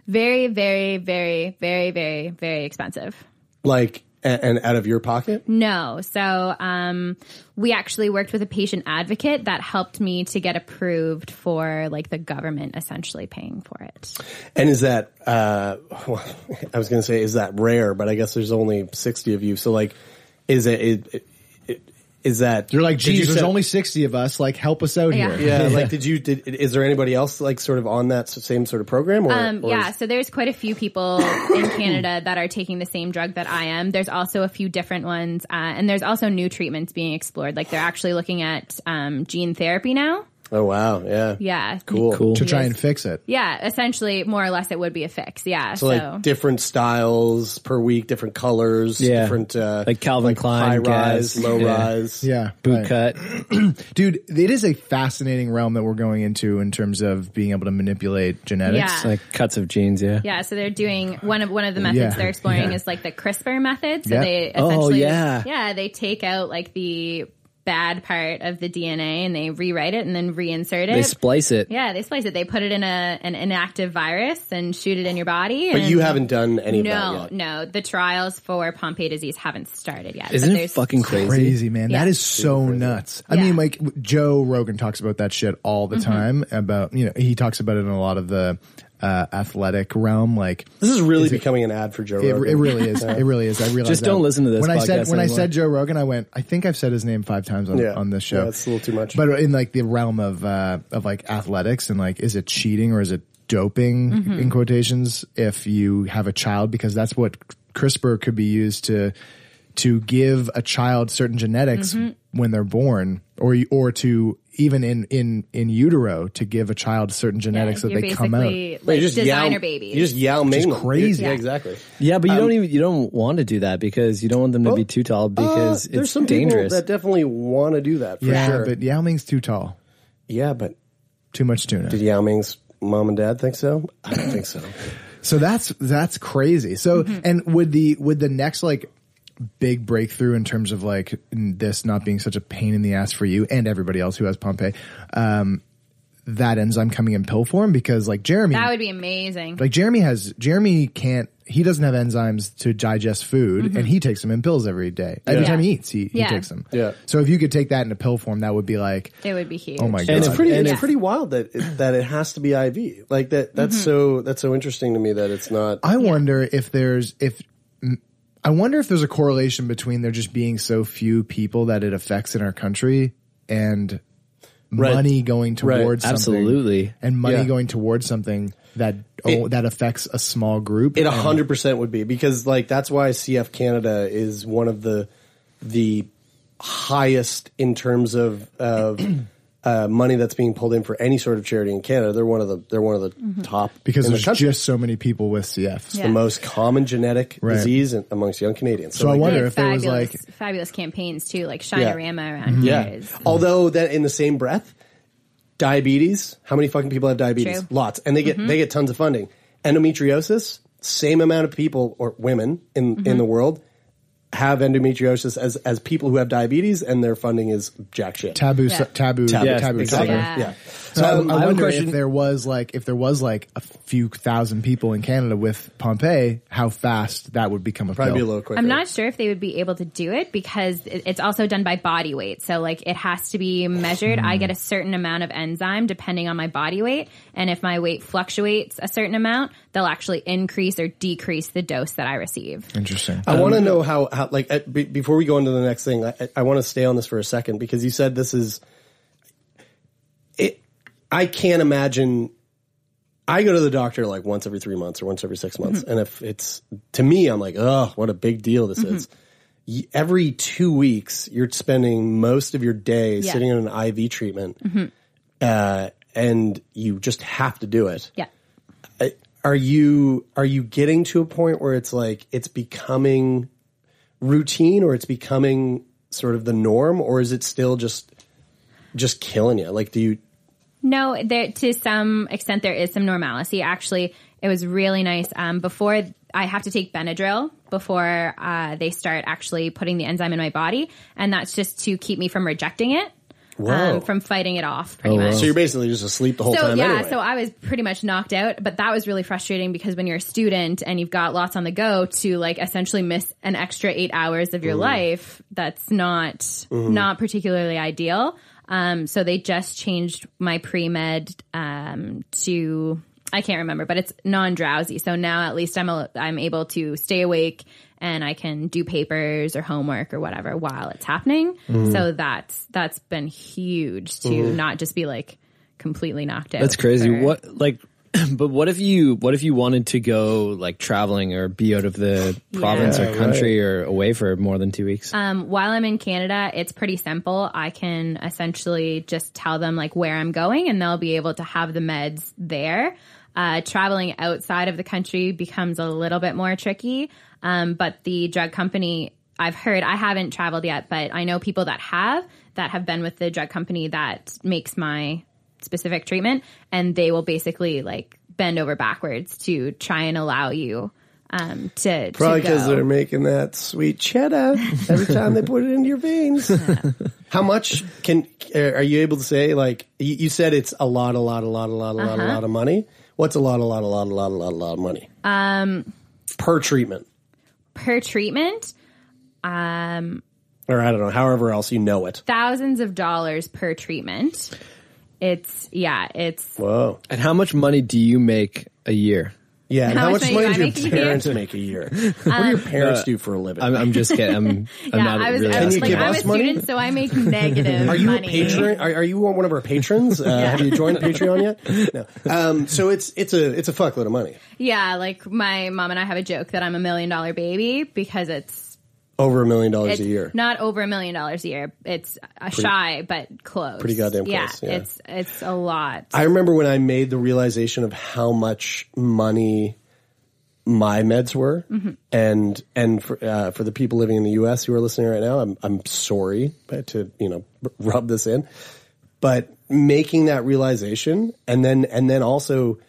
Speaker 7: Very, very, very, very, very, very expensive.
Speaker 6: Like a- and out of your pocket?
Speaker 7: No. So um, we actually worked with a patient advocate that helped me to get approved for like the government essentially paying for it.
Speaker 6: And is that uh <laughs> I was going to say is that rare, but I guess there's only 60 of you. So like is it is, is that You're
Speaker 4: like, geez, there's only 60 of us. Like, help us out
Speaker 7: Yeah.
Speaker 4: here.
Speaker 6: <laughs> Yeah, like did you did is there anybody else like sort of on that s- same sort of program or,
Speaker 7: um,
Speaker 6: or
Speaker 7: yeah,
Speaker 6: is-
Speaker 7: so there's quite a few people in Canada that are taking the same drug that I am. There's also a few different ones, uh, and there's also new treatments being explored. Like they're actually looking at um, gene therapy now.
Speaker 6: Oh wow, yeah.
Speaker 7: Yeah,
Speaker 6: Cool.
Speaker 7: Cool.
Speaker 4: To try
Speaker 7: Yes.
Speaker 4: and fix it.
Speaker 7: Yeah, essentially, more or less, it would be a fix. Yeah,
Speaker 6: So, like different styles per week, different colors,
Speaker 5: Yeah.
Speaker 6: different uh,
Speaker 5: Like Calvin Klein,
Speaker 6: high rise,
Speaker 5: Guess.
Speaker 6: low
Speaker 5: Yeah.
Speaker 6: rise.
Speaker 4: Yeah.
Speaker 5: Boot
Speaker 4: cut. <clears throat> Dude, it is a fascinating realm that we're going into in terms of being able to manipulate genetics.
Speaker 7: Yeah.
Speaker 5: Like cuts of genes, yeah.
Speaker 7: Yeah, so they're doing one of one of the methods
Speaker 4: Yeah,
Speaker 7: they're exploring
Speaker 4: yeah.
Speaker 7: is like the CRISPR method. So
Speaker 4: Yeah.
Speaker 7: they
Speaker 5: Oh,
Speaker 7: essentially
Speaker 5: yeah.
Speaker 7: yeah, they take out like the bad part of the DNA and they rewrite it and then reinsert it.
Speaker 5: They splice it.
Speaker 7: Yeah, they splice it. They put it in a an inactive virus and shoot it in your body.
Speaker 6: But
Speaker 7: and-
Speaker 6: you haven't done any of
Speaker 7: no,
Speaker 6: that yet.
Speaker 7: No, the trials for Pompe disease haven't started yet. but
Speaker 4: Isn't it
Speaker 7: there's-
Speaker 4: fucking crazy? Crazy, man. That
Speaker 7: Yeah.
Speaker 4: is so nuts. I mean, like w- Joe Rogan talks about that shit all the
Speaker 7: Mhm.
Speaker 4: time about, you know, he talks about it in a lot of the uh, athletic realm. Like
Speaker 6: This is really becoming an ad for Joe
Speaker 4: it,
Speaker 6: Rogan.
Speaker 4: it really is.
Speaker 6: Yeah.
Speaker 4: It really is. I realize.
Speaker 6: Just
Speaker 4: that.
Speaker 6: don't listen to this
Speaker 4: When I said
Speaker 6: podcast
Speaker 4: when I
Speaker 6: anymore.
Speaker 4: said Joe Rogan, I went. I think I've said his name five times on,
Speaker 6: Yeah.
Speaker 4: on this
Speaker 6: Yeah,
Speaker 4: show.
Speaker 6: that's a little too much.
Speaker 4: But in like the realm of uh, of like athletics and like, is it cheating or is it doping
Speaker 7: Mm-hmm.
Speaker 9: Mhm.
Speaker 4: in quotations if you have a child? Because that's what CRISPR could be used to to give a child certain genetics
Speaker 9: Mhm.
Speaker 7: Mm-hmm.
Speaker 4: when they're born, or or to even in in in utero to give a child certain genetics that
Speaker 7: you're
Speaker 4: they come out.
Speaker 7: basically, like, Well, you're just designer Yao- babies. you're just
Speaker 6: Yao
Speaker 4: Which is
Speaker 6: Ming them.
Speaker 4: crazy.
Speaker 6: Yeah, exactly. Um,
Speaker 5: Yeah, but you don't even you don't want to do that because you don't want them to be too tall because it's
Speaker 6: Uh, there's some
Speaker 5: dangerous.
Speaker 6: people that definitely want to do that for
Speaker 4: yeah,
Speaker 6: sure.
Speaker 4: but Yao Ming's too tall.
Speaker 6: yeah, but
Speaker 4: too much tuna.
Speaker 6: Did Yao Ming's mom and dad think so? I don't think so.
Speaker 4: So that's that's crazy. So
Speaker 7: Mm-hmm.
Speaker 4: and would the would the next like big breakthrough in terms of like n- this not being such a pain in the ass for you and everybody else who has Pompe, um, that enzyme coming in pill form because like Jeremy,
Speaker 7: that would be amazing.
Speaker 4: like Jeremy has Jeremy can't he doesn't have enzymes to digest food
Speaker 7: Mhm.
Speaker 4: and he takes them in pills every day.
Speaker 7: Yeah.
Speaker 4: Every time he eats, he,
Speaker 7: Yeah.
Speaker 4: he takes them.
Speaker 6: Yeah.
Speaker 4: So if you could take that in a pill form, that would be like
Speaker 7: it would be huge.
Speaker 4: Oh my god!
Speaker 6: And it's pretty. it's pretty wild that it, that it has to be IV. Like that. That's
Speaker 7: Mm-hmm.
Speaker 4: Mhm.
Speaker 6: so. That's so interesting to me that it's not.
Speaker 4: I wonder if there's if mm, I wonder if there's a correlation between there just being so few people that it affects in our country and
Speaker 5: Right.
Speaker 4: money going
Speaker 5: Right.
Speaker 4: towards something,
Speaker 5: Absolutely.
Speaker 4: and money
Speaker 5: Yeah.
Speaker 4: going towards something that oh,
Speaker 6: It-
Speaker 4: that affects a small group.
Speaker 6: It
Speaker 4: and-
Speaker 6: hundred percent would be because like that's why CF Canada is one of the the highest in terms of of <clears throat> uh, money that's being pulled in for any sort of charity in Canada. They're one of the they're one of the
Speaker 4: Mhm.
Speaker 6: top
Speaker 4: because
Speaker 6: in the
Speaker 4: there's
Speaker 6: country.
Speaker 4: just so many people with CF.
Speaker 6: It's the most common genetic
Speaker 4: Right.
Speaker 6: disease in, amongst young Canadians.
Speaker 4: So I
Speaker 6: like,
Speaker 4: wonder
Speaker 6: yeah.
Speaker 4: if there was, Mm-hmm.
Speaker 7: fabulous, fabulous campaigns too, like Shinorama around
Speaker 6: yeah.
Speaker 7: here is
Speaker 6: Although that in the same breath, diabetes. How many fucking people have diabetes?
Speaker 7: True.
Speaker 6: Lots, and they get
Speaker 7: Mhm.
Speaker 6: they get tons of funding. Endometriosis. Same amount of people or women in
Speaker 7: Mhm.
Speaker 6: in the world have endometriosis as as people who have diabetes, and their funding is jack shit.
Speaker 4: Taboo, Yeah. taboo- yeah, exactly.
Speaker 6: Yeah.
Speaker 4: Yeah. So
Speaker 6: So um,
Speaker 4: I, I
Speaker 6: have a
Speaker 4: wonder
Speaker 6: question.
Speaker 4: if there was like if there was like a few thousand people in Canada with Pompeii, how fast that would become a
Speaker 6: Probably
Speaker 4: pill.
Speaker 6: be a little quicker.
Speaker 7: I'm not sure if they would be able to do it because it- it's also done by body weight. So like it has to be measured. I get a certain amount of enzyme depending on my body weight, and if my weight fluctuates a certain amount, they'll actually increase or decrease the dose that I receive.
Speaker 4: Interesting.
Speaker 6: I want to know how, how like uh, be, before we go into the next thing, I, I want to stay on this for a second because you said this is it. I can't imagine. I go to the doctor like once every three months or once every six months,
Speaker 5: Mhm.
Speaker 6: and if it's to me, I'm like, oh, what a big deal this
Speaker 5: Mhm.
Speaker 6: is. Y- Every two weeks, you're spending most of your day
Speaker 7: Yeah.
Speaker 6: sitting on an IV treatment,
Speaker 7: Mhm.
Speaker 6: uh, and you just have to do it
Speaker 7: Yeah.
Speaker 6: are you are you getting to a point where it's like it's becoming routine or it's becoming sort of the norm or is it still just just killing you like do you
Speaker 7: No, there to some extent there is some normalcy. Actually, it was really nice. Um, before I have to take Benadryl before uh, they start actually putting the enzyme in my body, and that's just to keep me from rejecting it, um,
Speaker 6: Whoa. Oh,
Speaker 7: from fighting it off. Pretty much.
Speaker 6: so you're basically just asleep the whole
Speaker 7: so
Speaker 6: time
Speaker 7: yeah,
Speaker 6: anyway.
Speaker 7: so I was pretty much knocked out, but that was really frustrating because when you're a student and you've got lots on the go to like essentially miss an extra eight hours of your
Speaker 9: Mm.
Speaker 7: life, that's not
Speaker 9: Mhm.
Speaker 7: not particularly ideal. Um, so they just changed my pre med um, to I can't remember, but it's non drowsy. So now at least I'm a, I'm able to stay awake and I can do papers or homework or whatever while it's happening.
Speaker 5: Mm.
Speaker 7: So that's that's been huge to
Speaker 5: Mm.
Speaker 7: not just be like completely knocked out.
Speaker 5: That's crazy.
Speaker 7: for-
Speaker 5: What like <clears throat> but what if you what if you wanted to go like traveling or be out of the
Speaker 7: Yeah.
Speaker 5: province
Speaker 7: Yeah,
Speaker 5: or country or away for more than 2 weeks?
Speaker 7: Um, while I'm in Canada, it's pretty simple. I can essentially just tell them like where I'm going, and they'll be able to have the meds there. Uh, traveling outside of the country becomes a little bit more tricky, um, but the drug company I've heard I haven't traveled yet, but I know people that have that have been with the drug company that makes my specific treatment, and they will basically like bend over backwards to try and allow you um, to to
Speaker 6: probably because
Speaker 7: go.
Speaker 6: they're making that sweet cheddar every time they put it into
Speaker 7: <laughs>
Speaker 6: your veins how much can are you able to say like you, you said it's a lot a lot a lot a lot a lot a
Speaker 7: Uh-huh.
Speaker 6: lot of money what's a lot a lot a lot a lot a lot a lot of money
Speaker 7: um,
Speaker 6: per treatment
Speaker 7: per treatment um
Speaker 6: or i don't know however else you know it
Speaker 7: thousands of dollars per treatment it's yeah it's
Speaker 6: Whoa.
Speaker 5: And how much money do you make a year?
Speaker 6: Yeah,
Speaker 7: and How how much much money money do do I your make a year? Um, parents
Speaker 6: make
Speaker 7: <laughs>
Speaker 6: a year? What do your parents do for a living?
Speaker 5: Uh, I'm, I'm just kidding. I'm,
Speaker 6: <laughs>
Speaker 5: I'm
Speaker 7: yeah
Speaker 5: not
Speaker 7: i was,
Speaker 5: really
Speaker 7: I was
Speaker 5: asking
Speaker 7: like
Speaker 5: that.
Speaker 7: i'm a student so i make negative
Speaker 6: <laughs> Are you
Speaker 7: money
Speaker 6: a patron? Are, are you one of our
Speaker 7: <laughs>
Speaker 6: patrons? Uh, Have you joined Patreon yet? No. Um, so it's it's a it's a fuckload of money
Speaker 7: yeah like my mom and i have a joke that i'm a million dollar baby because it's
Speaker 6: over a million dollars
Speaker 7: it's
Speaker 6: a year.
Speaker 7: not over a million dollars a year it's a
Speaker 6: Pretty-
Speaker 7: shy but close
Speaker 6: pretty goddamn
Speaker 7: yeah,
Speaker 6: close, yeah.
Speaker 7: it's it's a lot
Speaker 6: I remember when I made the realization of how much money my meds were,
Speaker 7: Mhm.
Speaker 6: and and for uh, for the people living in the U.S. who are listening right now, I'm I'm sorry but to you know <laughs> r- rub this in, but making that realization and then and then also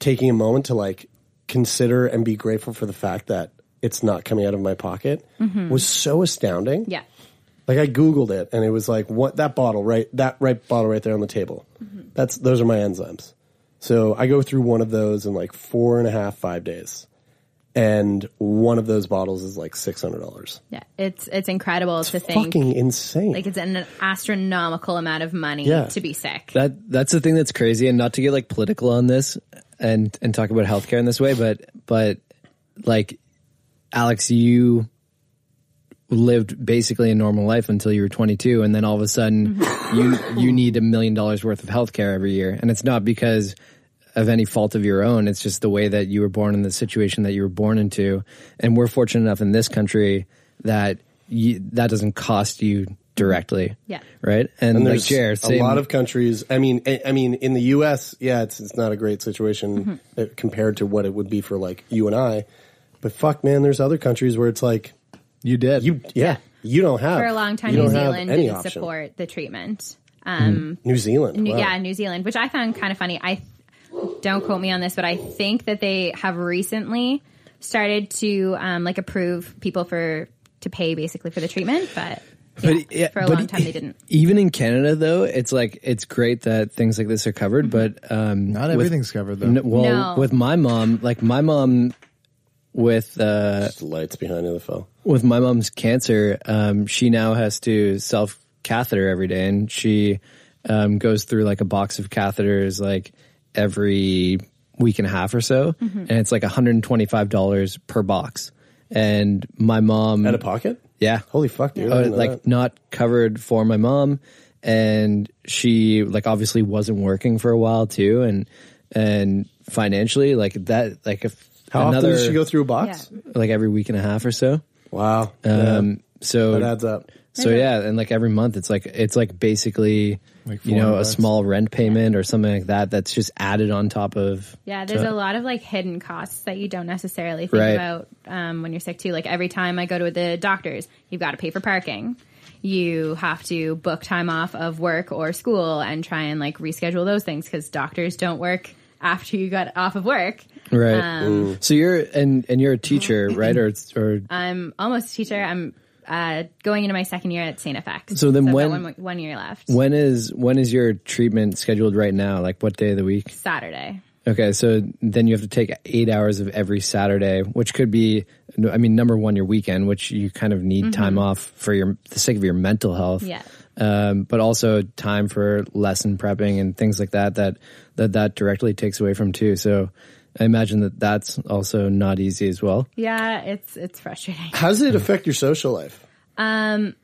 Speaker 6: taking a moment to like consider and be grateful for the fact that it's not coming out of my pocket
Speaker 7: Mhm.
Speaker 6: was so astounding.
Speaker 7: yeah
Speaker 6: Like I googled it and it was like what that bottle right that right bottle right there on the table.
Speaker 7: Mm-hmm.
Speaker 6: That's those are my enzymes. So I go through one of those in like four and a half five days, and one of those bottles is like six hundred dollars.
Speaker 7: yeah it's it's incredible to think
Speaker 6: Fucking insane.
Speaker 7: like it's an astronomical amount of money
Speaker 5: Yeah.
Speaker 7: to be sick
Speaker 5: That that's the thing that's crazy, and not to get like political on this and and talk about healthcare in this way, but but like Alex, you lived basically a normal life until you were 22, and then all of a sudden you you need a million dollars worth of healthcare every year, and it's not because of any fault of your own. It's just the way that you were born and the situation that you were born into, and we're fortunate enough in this country that you, that doesn't cost you directly.
Speaker 7: Yeah.
Speaker 5: Right. And, like
Speaker 6: there's
Speaker 5: Jer,
Speaker 6: a
Speaker 5: same-
Speaker 6: lot of countries. I mean, I, I mean, in the U.S., yeah, it's it's not a great situation
Speaker 7: Mm-hmm.
Speaker 6: uh compared to what it would be for like you and I. But fuck, man, there's other countries where it's like
Speaker 4: you did,
Speaker 6: you yeah, you don't have
Speaker 7: for a long time
Speaker 6: you
Speaker 7: new
Speaker 6: don't have
Speaker 7: zealand
Speaker 6: any
Speaker 7: didn't
Speaker 6: option.
Speaker 7: support the treatment um
Speaker 6: New Zealand,
Speaker 7: New-
Speaker 6: wow.
Speaker 7: yeah new zealand which i found kind of funny i don't quote me on this but i think that they have recently started to um like approve people for to pay basically for the treatment, but
Speaker 6: But yeah,
Speaker 7: for a
Speaker 6: but
Speaker 7: long time they didn't.
Speaker 6: Even in Canada, though, it's like it's great that things like this are covered, but um, not
Speaker 4: everything's covered though.
Speaker 6: well,
Speaker 7: No.
Speaker 6: with my mom, like my mom, with uh,
Speaker 5: lights behind the phone.
Speaker 6: With my mom's cancer, um, she now has to self catheter every day, and she um, goes through like a box of catheters like every week and a half or so,
Speaker 10: Mhm.
Speaker 6: and it's like one hundred and twenty five dollars per box. And my mom
Speaker 5: Out of pocket?
Speaker 6: yeah.
Speaker 5: Holy fuck, dude. I
Speaker 6: Oh,
Speaker 5: didn't know
Speaker 6: like
Speaker 5: that.
Speaker 6: not covered for my mom and she like obviously wasn't working for a while too and and financially like that like if
Speaker 5: How often
Speaker 6: another
Speaker 5: does she go through a box?
Speaker 6: like every week and a half or so.
Speaker 5: Wow.
Speaker 6: Um so
Speaker 5: That adds up.
Speaker 6: So yeah, and like every month it's like it's like basically you know,
Speaker 5: 400
Speaker 6: a
Speaker 5: bucks.
Speaker 6: small rent payment or something like that that's just added on top of
Speaker 7: Yeah, there's
Speaker 6: to-
Speaker 7: a lot of like hidden costs that you don't necessarily think
Speaker 6: Right.
Speaker 7: about um, when you're sick too. Like every time I go to the doctors, you've got to pay for parking. You have to book time off of work or school and try and like reschedule those things because doctors don't work after you got off of work.
Speaker 6: Right.
Speaker 7: Um,
Speaker 6: So you're and and you're
Speaker 7: <laughs>
Speaker 6: a teacher, right? Or it's- or
Speaker 7: I'm almost a teacher. I'm uh, going into my second year at St. FX.
Speaker 6: So then
Speaker 7: I've got
Speaker 6: when-
Speaker 7: one, one year left,
Speaker 6: When is when is your treatment scheduled right now? Like what day of the week?
Speaker 7: Saturday.
Speaker 6: Okay, so then you have to take eight hours of every Saturday, which could be, I mean, number one, your weekend, which you kind of need
Speaker 7: Mhm.
Speaker 6: time off for your the sake of your mental health.
Speaker 7: Yeah.
Speaker 6: Um, but also time for lesson prepping and things like that that that that directly takes away from too. So I imagine that that's also not easy as well.
Speaker 7: Yeah, it's it's frustrating.
Speaker 5: How does it affect your social life?
Speaker 7: Um,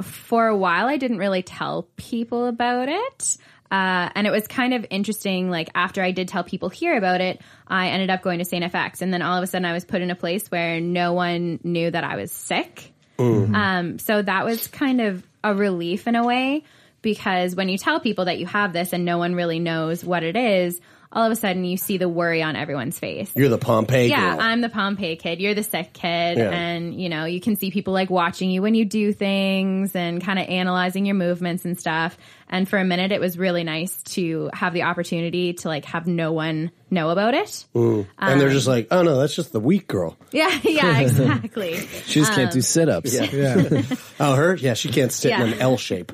Speaker 7: for a while, I didn't really tell people about it. Uh, and it was kind of interesting. Like after I did tell people here about it, I ended up going to St. FX, and then all of a sudden I was put in a place where no one knew that I was sick.
Speaker 10: Mhm.
Speaker 7: Um, so that was kind of a relief in a way because when you tell people that you have this and no one really knows what it is, all of a sudden you see the worry on everyone's face
Speaker 5: You're the Pompeii
Speaker 7: yeah,
Speaker 5: girl.
Speaker 7: I'm the Pompeii kid. You're the sick kid,
Speaker 5: Yeah.
Speaker 7: and you know you can see people like watching you when you do things and kind of analyzing your movements and stuff. And for a minute, it was really nice to have the opportunity to like have no one know about it. Um,
Speaker 5: Mm. and they're just like, oh no, that's just the weak girl.
Speaker 7: Yeah, <laughs>
Speaker 5: <laughs>
Speaker 7: yeah, exactly.
Speaker 5: She just can't
Speaker 7: Um,
Speaker 5: do sit ups.
Speaker 7: Yeah.
Speaker 5: <laughs> oh, her? Yeah, she can't sit in
Speaker 7: Yeah.
Speaker 5: an L shape.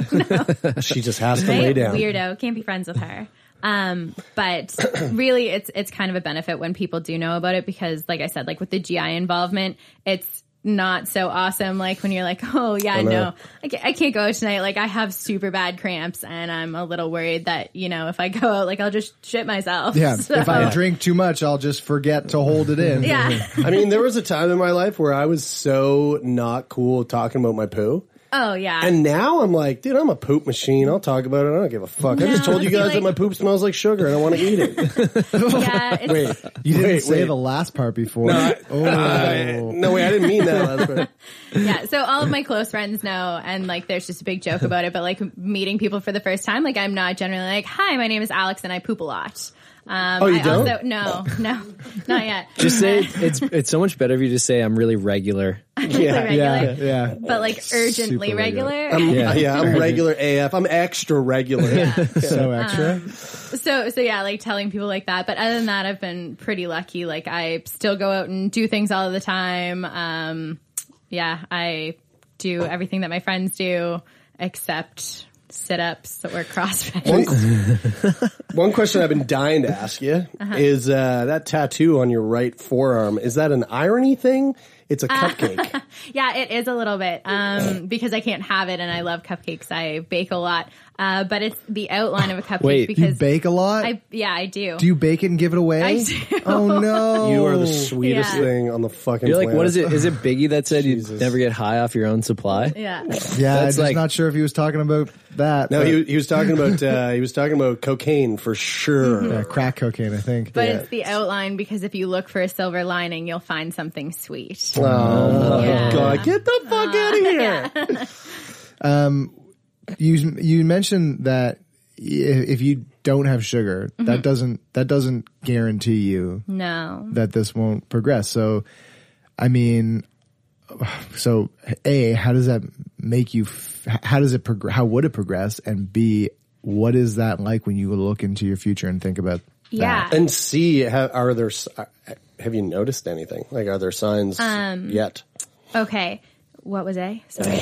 Speaker 5: she just has to
Speaker 7: Right?
Speaker 5: lay down.
Speaker 7: Weirdo. Can't be friends with her. Um, but <clears throat> really, it's it's kind of a benefit when people do know about it because, like I said, like with the GI involvement, it's not so awesome. Like when you're like, oh yeah,
Speaker 10: I know.
Speaker 7: no, I can't, I can't go out tonight. Like I have super bad cramps, and I'm a little worried that you know if I go out, like I'll just shit myself. <laughs>
Speaker 4: Yeah,
Speaker 7: So-
Speaker 4: if I drink too much, I'll just forget to hold it
Speaker 7: <laughs>
Speaker 4: in.
Speaker 5: <laughs>
Speaker 7: Yeah.
Speaker 5: I mean, there was a time in my life where I was so not cool talking about my poo.
Speaker 7: oh yeah,
Speaker 5: And now I'm like, dude, I'm a poop machine. I'll talk about it. I don't give a fuck. I just told you guys that my poop smells like sugar and I want to eat it.
Speaker 7: yeah, it's,
Speaker 5: <laughs> Wait,
Speaker 4: You didn't
Speaker 5: wait,
Speaker 4: say
Speaker 5: wait.
Speaker 4: the last part before. oh,
Speaker 5: Uh, no, wait, <laughs> I didn't mean that last part.
Speaker 7: yeah. So all of my close friends know, and like, there's just a big joke about it. But like, meeting people for the first time, like, I'm not generally like, "Hi, my name is Alex, and I poop a lot." Um,
Speaker 6: Oh, you
Speaker 7: I
Speaker 6: don't?
Speaker 7: Also, no, no, not yet.
Speaker 6: <laughs> <laughs> Just say it's it's so much better if you just say I'm really regular.
Speaker 7: Yeah,
Speaker 6: yeah, Um,
Speaker 7: regular.
Speaker 4: yeah.
Speaker 7: but like, urgently regular.
Speaker 5: I'm, yeah. I'm regular AF. I'm extra regular.
Speaker 4: <laughs> So extra.
Speaker 7: So, so yeah, like telling people like that. But other than that, I've been pretty lucky. Like, I still go out and do things all the time. Um, yeah, I do everything that my friends do, except sit ups or <laughs> CrossFit.
Speaker 5: One question I've been dying to ask you
Speaker 7: Uh-huh.
Speaker 5: is uh, that tattoo on your right forearm. Is that an irony thing? It's a cupcake.
Speaker 7: Yeah, it is a little bit um, because I can't have it, and I love cupcakes. I bake a lot, uh, but it's the outline of a cupcake
Speaker 4: Wait,
Speaker 7: because
Speaker 4: you bake a lot?
Speaker 7: I yeah, I do.
Speaker 4: do you bake it and give it away?
Speaker 7: I do.
Speaker 4: Oh no!
Speaker 5: You are the sweetest
Speaker 7: Yeah.
Speaker 5: thing on the fucking
Speaker 6: You're like,
Speaker 5: planet.
Speaker 6: what is it? Is it Biggie that said you never get high off your own supply?
Speaker 7: Yeah.
Speaker 4: Yeah, I'm
Speaker 6: That's
Speaker 4: just
Speaker 6: like-
Speaker 4: not sure if he was talking about that.
Speaker 5: No,
Speaker 4: but-
Speaker 5: he, he was talking about uh, he was talking about cocaine for sure.
Speaker 4: Yeah, crack cocaine, I think.
Speaker 7: But it's the outline because if you look for a silver lining, you'll find something sweet.
Speaker 5: Oh,
Speaker 7: Yeah.
Speaker 5: God, get the
Speaker 7: Uh,
Speaker 5: fuck
Speaker 7: <laughs>
Speaker 5: out of here!
Speaker 4: Um, you you mentioned that i- if you don't have sugar, that
Speaker 7: Mhm.
Speaker 4: doesn't that doesn't guarantee you
Speaker 7: No.
Speaker 4: that this won't progress. So, I mean, so a how does that make you? f- How does it progress? How would it progress? And b what is that like when you look into your future and think about?
Speaker 7: Yeah.
Speaker 5: and see ha- are
Speaker 6: uh,
Speaker 5: there s- have you noticed anything? Like, are there signs
Speaker 7: Um,
Speaker 5: yet?
Speaker 7: Okay. What was A? Sorry.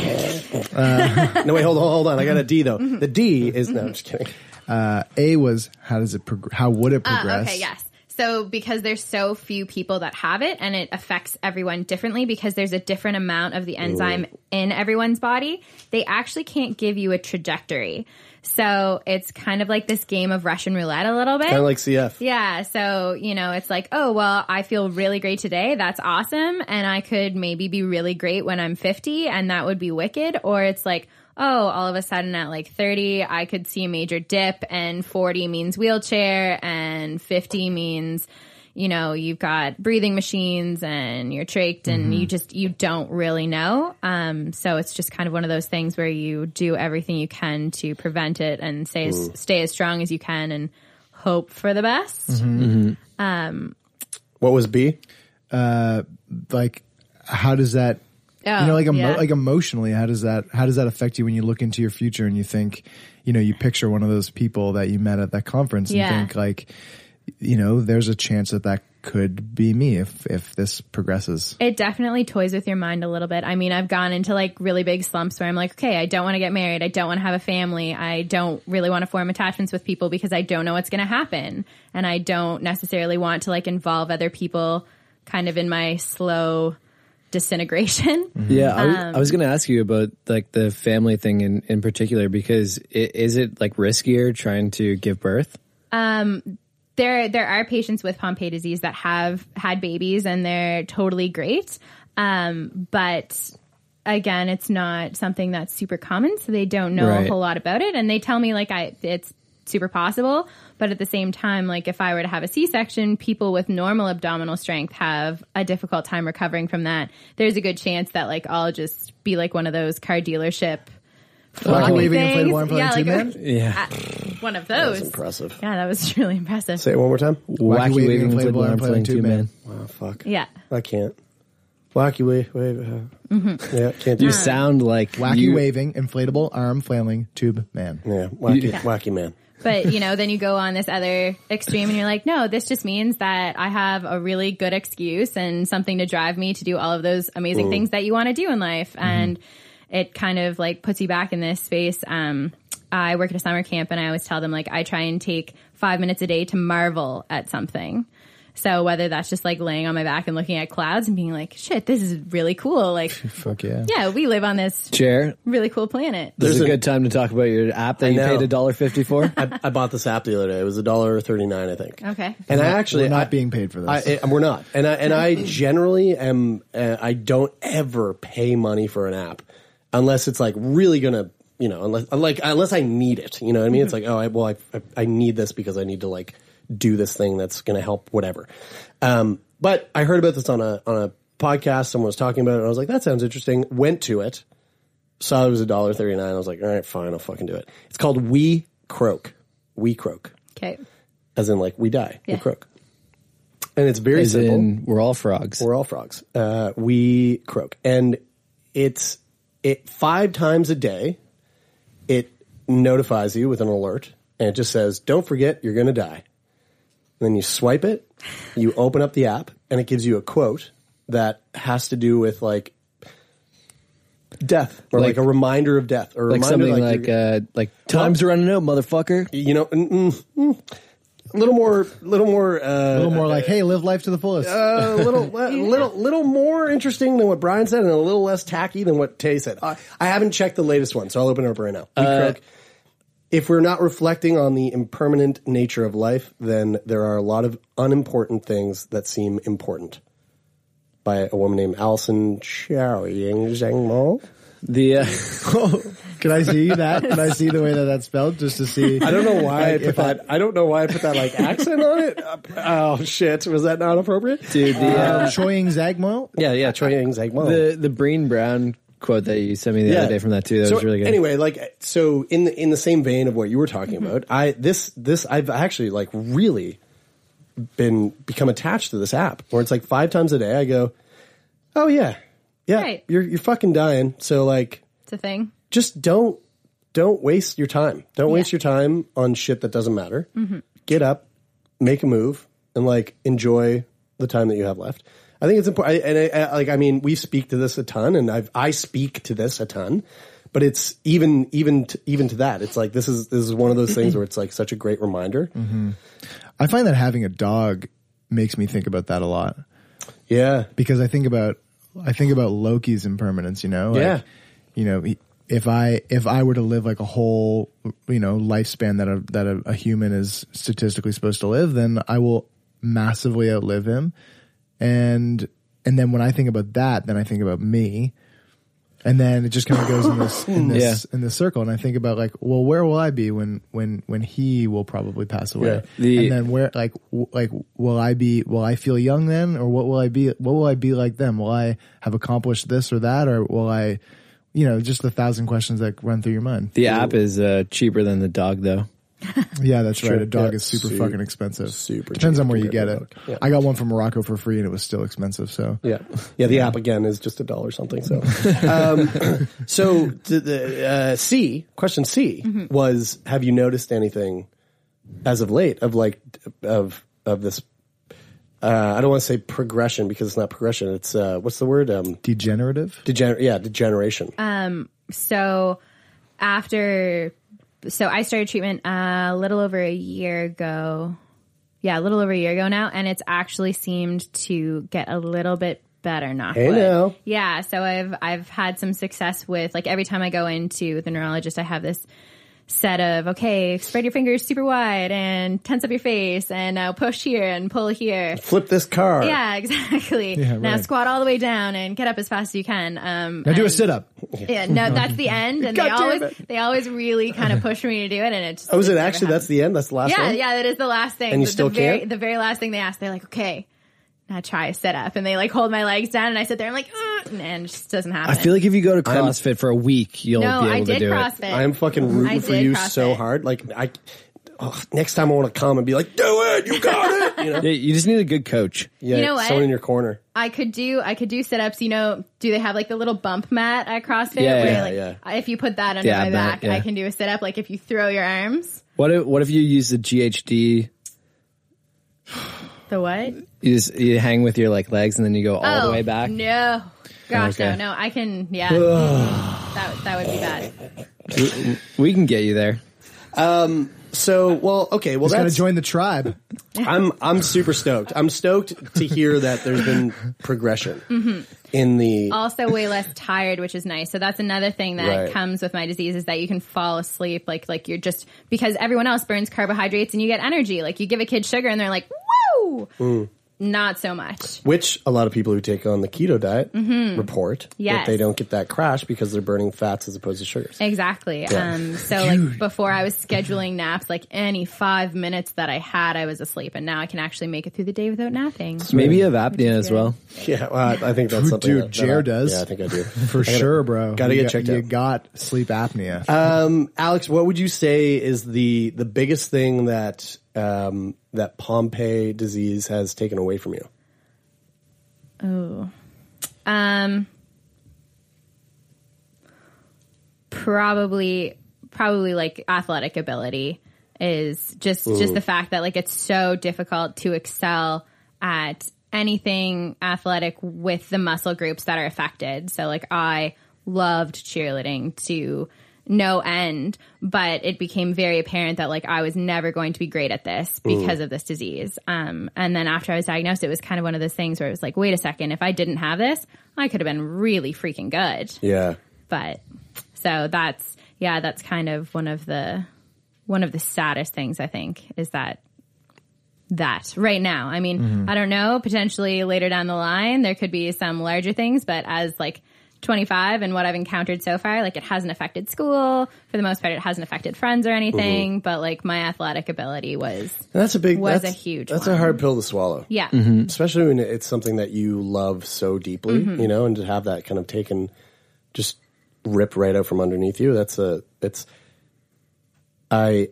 Speaker 6: Uh, no, wait, hold on, hold on. I got a D though. The D is no. I'm just kidding. <laughs>
Speaker 4: Uh, A was how does it prog- how would it
Speaker 7: Uh,
Speaker 4: progress?
Speaker 7: okay, yes. So because there's so few people that have it and it affects everyone differently because there's a different amount of the enzyme in everyone's body, they actually can't give you a trajectory. So it's kind of like this game of Russian roulette a little bit.
Speaker 6: Kind of like CF.
Speaker 7: Yeah. So, you know, it's like, oh, well, I feel really great today. That's awesome. And I could maybe be really great when I'm 50 and that would be wicked. Or it's like, oh, all of a sudden at like 30, I could see a major dip and 40 means wheelchair and 50 means, you know, you've got breathing machines and you're trached and
Speaker 9: Mhm.
Speaker 7: you just, you don't really know. Um, so it's just kind of one of those things where you do everything you can to prevent it and stay, as,
Speaker 9: Ooh.
Speaker 7: stay as strong as you can and hope for the best.
Speaker 4: Mm-hmm.
Speaker 7: Um,
Speaker 6: What was B?
Speaker 4: Uh, like how does that
Speaker 7: Oh,
Speaker 4: you know like emo-
Speaker 7: yeah.
Speaker 4: like emotionally how does that how does that affect you when you look into your future and you think you know you picture one of those people that you met at that conference and
Speaker 7: Yeah.
Speaker 4: think like you know there's a chance that that could be me if if this progresses.
Speaker 7: It definitely toys with your mind a little bit. I mean, I've gone into like really big slumps where I'm like, okay, I don't want to get married. I don't want to have a family. I don't really want to form attachments with people because I don't know what's going to happen. And I don't necessarily want to like involve other people kind of in my slow disintegration.
Speaker 5: Yeah, I was, I
Speaker 7: Um,
Speaker 5: was going to ask you about like the family thing in, in particular because i is it like riskier trying to give birth?
Speaker 7: Um, there there are patients with Pompe disease that have had babies and they're totally great. Um, but again, it's not something that's super common, so they don't know
Speaker 9: Right.
Speaker 7: a whole lot about it. And they tell me like I it's super possible, but at the same time, like if I were to have a C section, people with normal abdominal strength have a difficult time recovering from that. There's a good chance that like I'll just be like one of those car dealership. floppy
Speaker 4: Microwaving inflatable
Speaker 7: things.
Speaker 4: arm for
Speaker 7: yeah,
Speaker 4: the
Speaker 7: like,
Speaker 4: two-man?
Speaker 5: Yeah.
Speaker 7: <laughs> one of those.
Speaker 6: impressive.
Speaker 7: Yeah, that was <laughs> really impressive.
Speaker 6: Say it one more time.
Speaker 5: Wacky waving waving inflatable inflatable arm arm flailing flailing tube tube man.
Speaker 6: Wow, fuck.
Speaker 7: Yeah.
Speaker 6: I can't. Wacky wave. wave uh,
Speaker 7: Mhm.
Speaker 6: yeah, can't.
Speaker 5: You sound like
Speaker 4: Wacky
Speaker 5: you-
Speaker 4: waving inflatable arm flailing tube man.
Speaker 6: Yeah, wacky,
Speaker 7: Yeah.
Speaker 6: wacky man.
Speaker 7: But you know, then you go on this other extreme and you're like, no, this just means that I have a really good excuse and something to drive me to do all of those amazing
Speaker 9: Ooh.
Speaker 7: things that you want to do in life. And it kind of like puts you back in this space. Um, I work at a summer camp and I always tell them like I try and take five minutes a day to marvel at something. So whether that's just like laying on my back and looking at clouds and being like, shit, this is really cool. Like,
Speaker 4: Fuck yeah.
Speaker 7: yeah, we live on this
Speaker 5: Chair,
Speaker 7: really cool planet.
Speaker 5: this is a good time to talk about your app that you paid a dollar fifty for.
Speaker 6: <laughs> I, I bought this app the other day. It was a dollar thirty nine, I think.
Speaker 7: Okay.
Speaker 6: And I actually
Speaker 4: We're not
Speaker 6: I-
Speaker 4: being paid for this.
Speaker 6: I, I- we're not, and I and I generally am. Uh, I don't ever pay money for an app unless it's like really gonna, you know, unless like unless I need it. You know what I mean? It's like, oh, I, well, I, I I need this because I need to like do this thing that's gonna help whatever. Um, but I heard about this on a on a podcast. Someone was talking about it, and I was like, that sounds interesting. Went to it, saw it was a dollar thirty nine. I was like, all right, fine, I'll fucking do it. It's called We Croak. We Croak,
Speaker 7: Okay.
Speaker 6: as in like we die,
Speaker 7: Yeah.
Speaker 6: we croak. And it's very
Speaker 5: As
Speaker 6: simple.
Speaker 5: in, we're all frogs.
Speaker 6: We're all frogs. Uh, we croak, and it's it five times a day. It notifies you with an alert, and it just says, "Don't forget, you're going to die." And then you swipe it, you open up the app, and it gives you a quote that has to do with like death or like,
Speaker 5: Like-
Speaker 6: a reminder of death or a
Speaker 5: like
Speaker 6: reminder
Speaker 5: something
Speaker 6: you're-
Speaker 5: like uh, like times are running out, motherfucker.
Speaker 6: You know, mm, mm, mm. a little more, little more, uh,
Speaker 4: a little more like, hey, live life to the fullest. <laughs>
Speaker 6: a little, le- little, little more interesting than what Brian said, and a little less tacky than what Tay said. I, I haven't checked the latest one, so I'll open it up right now. We
Speaker 5: Uh,
Speaker 6: croak. If we're not reflecting on the impermanent nature of life, then there are a lot of unimportant things that seem important. By a woman named Alison Chow Ying Zheng Mo.
Speaker 4: <laughs>
Speaker 5: The uh,
Speaker 4: Can I see that? Can I see the way that that's spelled just to see?
Speaker 6: I don't know why I
Speaker 4: like,
Speaker 6: put
Speaker 4: if I-
Speaker 6: that. I don't know why I put that like accent on it. Oh shit! Was that not appropriate,
Speaker 5: dude? The
Speaker 4: Um,
Speaker 5: uh,
Speaker 4: Choying Zagmo.
Speaker 6: yeah, yeah, Troy Yang's like, well,
Speaker 5: the the Breen Brown quote that you sent me the other day from that too. That
Speaker 6: So
Speaker 5: was really good. Mm-hmm.
Speaker 6: Anyway, like so in the in the same vein of what you were talking about, I this this I've actually like really been become attached to this app where it's like five times a day I go, oh yeah, yeah,
Speaker 7: Right.
Speaker 6: you're you're fucking dying, so like
Speaker 7: It's a thing.
Speaker 6: just don't don't waste your time, don't waste your time on shit that doesn't matter.
Speaker 7: Mhm.
Speaker 6: Get up, make a move, and like enjoy the time that you have left. I think it's important. I, and I, I, like, I mean, we speak to this a ton, and I've, I speak to this a ton. But it's even, even, to, even to that. It's like this is this is one of those things where it's like such a great reminder.
Speaker 4: hmm I find that having a dog makes me think about that a lot.
Speaker 6: Yeah,
Speaker 4: because I think about I think about Loki's impermanence. You know,
Speaker 6: Yeah.
Speaker 4: you know, he- if I if I were to live like a whole you know lifespan that a that a, a human is statistically supposed to live, then I will massively outlive him. And and then when I think about that, then I think about me. And then it just kind of goes in this in this in this circle, and I think about like, well, where will I be when when when he will probably pass away?
Speaker 5: Yeah. The-
Speaker 4: and then where like w- like will I be? Will I feel young then, or what will I be? What will I be like then? Will I have accomplished this or that, or will I? You know, just the thousand questions that run through your mind.
Speaker 5: The app is uh, cheaper than the dog, though.
Speaker 4: Yeah, that's
Speaker 5: Sure.
Speaker 4: right. A dog
Speaker 5: Yeah,
Speaker 4: is super
Speaker 5: su-
Speaker 4: fucking expensive. Super
Speaker 6: cheap
Speaker 4: depends on where you get
Speaker 6: compared to
Speaker 4: it. I got one from Morocco for free, and it was still expensive. So
Speaker 6: Yeah, yeah. The app again is just a dollar
Speaker 5: <laughs>
Speaker 6: something. So, um, <clears throat> so the, the uh, C question C
Speaker 9: Mhm.
Speaker 6: was: Have you noticed anything as of late of like of of this? Uh, I don't want to say progression because it's not progression. It's uh, what's the word? Um,
Speaker 4: degenerative.
Speaker 6: Degener- yeah, degeneration.
Speaker 7: Um, so after, so I started treatment uh, a little over a year ago. Yeah, a little over a year ago now, and it's actually seemed to get a little bit better. Knock
Speaker 6: Hey
Speaker 7: wood.
Speaker 6: now.
Speaker 7: Yeah, so I've I've had some success with like every time I go into the neurologist, I have this set of okay, spread your fingers super wide and tense up your face, and now push here and pull here.
Speaker 6: Flip this car.
Speaker 7: Yeah, <laughs> exactly.
Speaker 6: Yeah,
Speaker 7: Now
Speaker 6: right.
Speaker 7: squat all the way down and get up as fast as you can. Um,
Speaker 4: now do a
Speaker 7: and-
Speaker 4: sit up.
Speaker 7: yeah,
Speaker 5: <laughs>
Speaker 7: no, that's the end, and
Speaker 6: God
Speaker 7: they
Speaker 6: damn
Speaker 7: always
Speaker 6: it.
Speaker 7: they always really kind of push me to do it, and it's.
Speaker 6: Oh, is it actually? That's the end. That's the last
Speaker 7: yeah,
Speaker 6: one.
Speaker 7: yeah, that is the last thing.
Speaker 6: And you
Speaker 7: the,
Speaker 6: still
Speaker 7: the very,
Speaker 6: can't?
Speaker 7: The very last thing they ask, they're like, "Okay, now try a sit up," and they like hold my legs down, and I sit there, I'm like, "Mm," and it just doesn't happen.
Speaker 5: I feel like if you go to CrossFit for a week, you'll
Speaker 7: No,
Speaker 5: be
Speaker 7: I
Speaker 5: able to
Speaker 7: did
Speaker 5: do
Speaker 7: CrossFit.
Speaker 5: it.
Speaker 6: I'm fucking rooting
Speaker 7: I
Speaker 6: for
Speaker 7: did
Speaker 6: you
Speaker 7: CrossFit.
Speaker 6: so hard. Like I, oh, next time I want to come and be like, do it. You got it. You know.
Speaker 5: Yeah, you just need a good coach.
Speaker 6: Yeah,
Speaker 7: You know
Speaker 6: someone
Speaker 7: what?
Speaker 6: in your corner.
Speaker 7: I could do I could do sit ups. You know, do they have like the little bump mat at CrossFit?
Speaker 5: Yeah,
Speaker 7: where
Speaker 5: yeah,
Speaker 7: like,
Speaker 5: yeah.
Speaker 7: If you put that under
Speaker 5: Yeah,
Speaker 7: my
Speaker 5: but-
Speaker 7: back,
Speaker 5: yeah.
Speaker 7: I can do a sit up. Like if you throw your arms,
Speaker 5: What if what if you use the GHD?
Speaker 7: the what?
Speaker 5: You just you hang with your like legs and then you go all
Speaker 7: oh,
Speaker 5: the way back.
Speaker 7: No, gosh,
Speaker 5: Okay.
Speaker 7: no, no. I can.
Speaker 5: <sighs>
Speaker 7: Yeah, that that would be bad.
Speaker 5: We- we can get you there.
Speaker 6: Um. So well, okay. Well,
Speaker 5: He's gotta
Speaker 6: that's
Speaker 4: join the tribe.
Speaker 6: I'm I'm super stoked. I'm stoked to hear that there's been
Speaker 7: <laughs>
Speaker 6: progression
Speaker 7: hmm
Speaker 6: in the.
Speaker 7: also way less tired, which is nice. So that's another thing that
Speaker 6: Right.
Speaker 7: comes with my disease is that you can fall asleep like like you're just because everyone else burns carbohydrates and you get energy. Like you give a kid sugar and they're like, "Woo!"
Speaker 6: Mm.
Speaker 7: Not so much.
Speaker 6: Which a lot of people who take on the keto diet
Speaker 7: Mhm.
Speaker 6: report
Speaker 7: Yes.
Speaker 6: that they don't get that crash because they're burning fats as opposed to sugars.
Speaker 7: Exactly.
Speaker 6: Yeah.
Speaker 7: Um so like before I was scheduling naps like any 5 minutes that I had I was asleep and now I can actually make it through the day without napping.
Speaker 5: Maybe you have apnea as well.
Speaker 6: Yeah, well, I- I think that's something
Speaker 4: Dude,
Speaker 6: that- that
Speaker 4: Jer
Speaker 6: I-
Speaker 4: does.
Speaker 6: Yeah, I think I
Speaker 4: <laughs>
Speaker 6: do
Speaker 4: For
Speaker 6: I gotta-
Speaker 4: sure, bro.
Speaker 6: Gotta
Speaker 4: You
Speaker 6: get
Speaker 4: got-
Speaker 6: checked
Speaker 4: you
Speaker 6: out.
Speaker 4: got sleep apnea.
Speaker 6: Um, Alex, what would you say is the the biggest thing that um, that Pompe disease has taken away from you?
Speaker 7: Oh. Um probably probably like athletic ability is just
Speaker 11: Ooh.
Speaker 7: just the fact that like it's so difficult to excel at anything athletic with the muscle groups that are affected. So like I loved cheerleading to no end, but it became very apparent that like I was never going to be great at this
Speaker 11: Ooh.
Speaker 7: because of this disease. Um, and then after I was diagnosed, it was kind of one of those things where it was like, wait a second, if I didn't have this, I could have been really freaking good.
Speaker 6: Yeah.
Speaker 7: But so that's yeah, that's kind of one of the one of the saddest things I think is that that right now. I mean,
Speaker 6: Mm-hmm.
Speaker 11: Mhm.
Speaker 7: I don't know, potentially later down the line there could be some larger things, but as like 25 and what I've encountered so far, like it hasn't affected school for the most part. It hasn't affected friends or anything, but like my athletic ability was
Speaker 6: And that's a big
Speaker 7: was
Speaker 6: that's,
Speaker 7: a huge
Speaker 6: That's a
Speaker 7: one.
Speaker 6: hard pill to swallow.
Speaker 7: Yeah.
Speaker 5: Mm-hmm.
Speaker 7: Mhm.
Speaker 6: Especially when it's something that you love so deeply,
Speaker 7: Mhm.
Speaker 6: you know, and to have that kind of taken just rip right out from underneath you. That's a it's I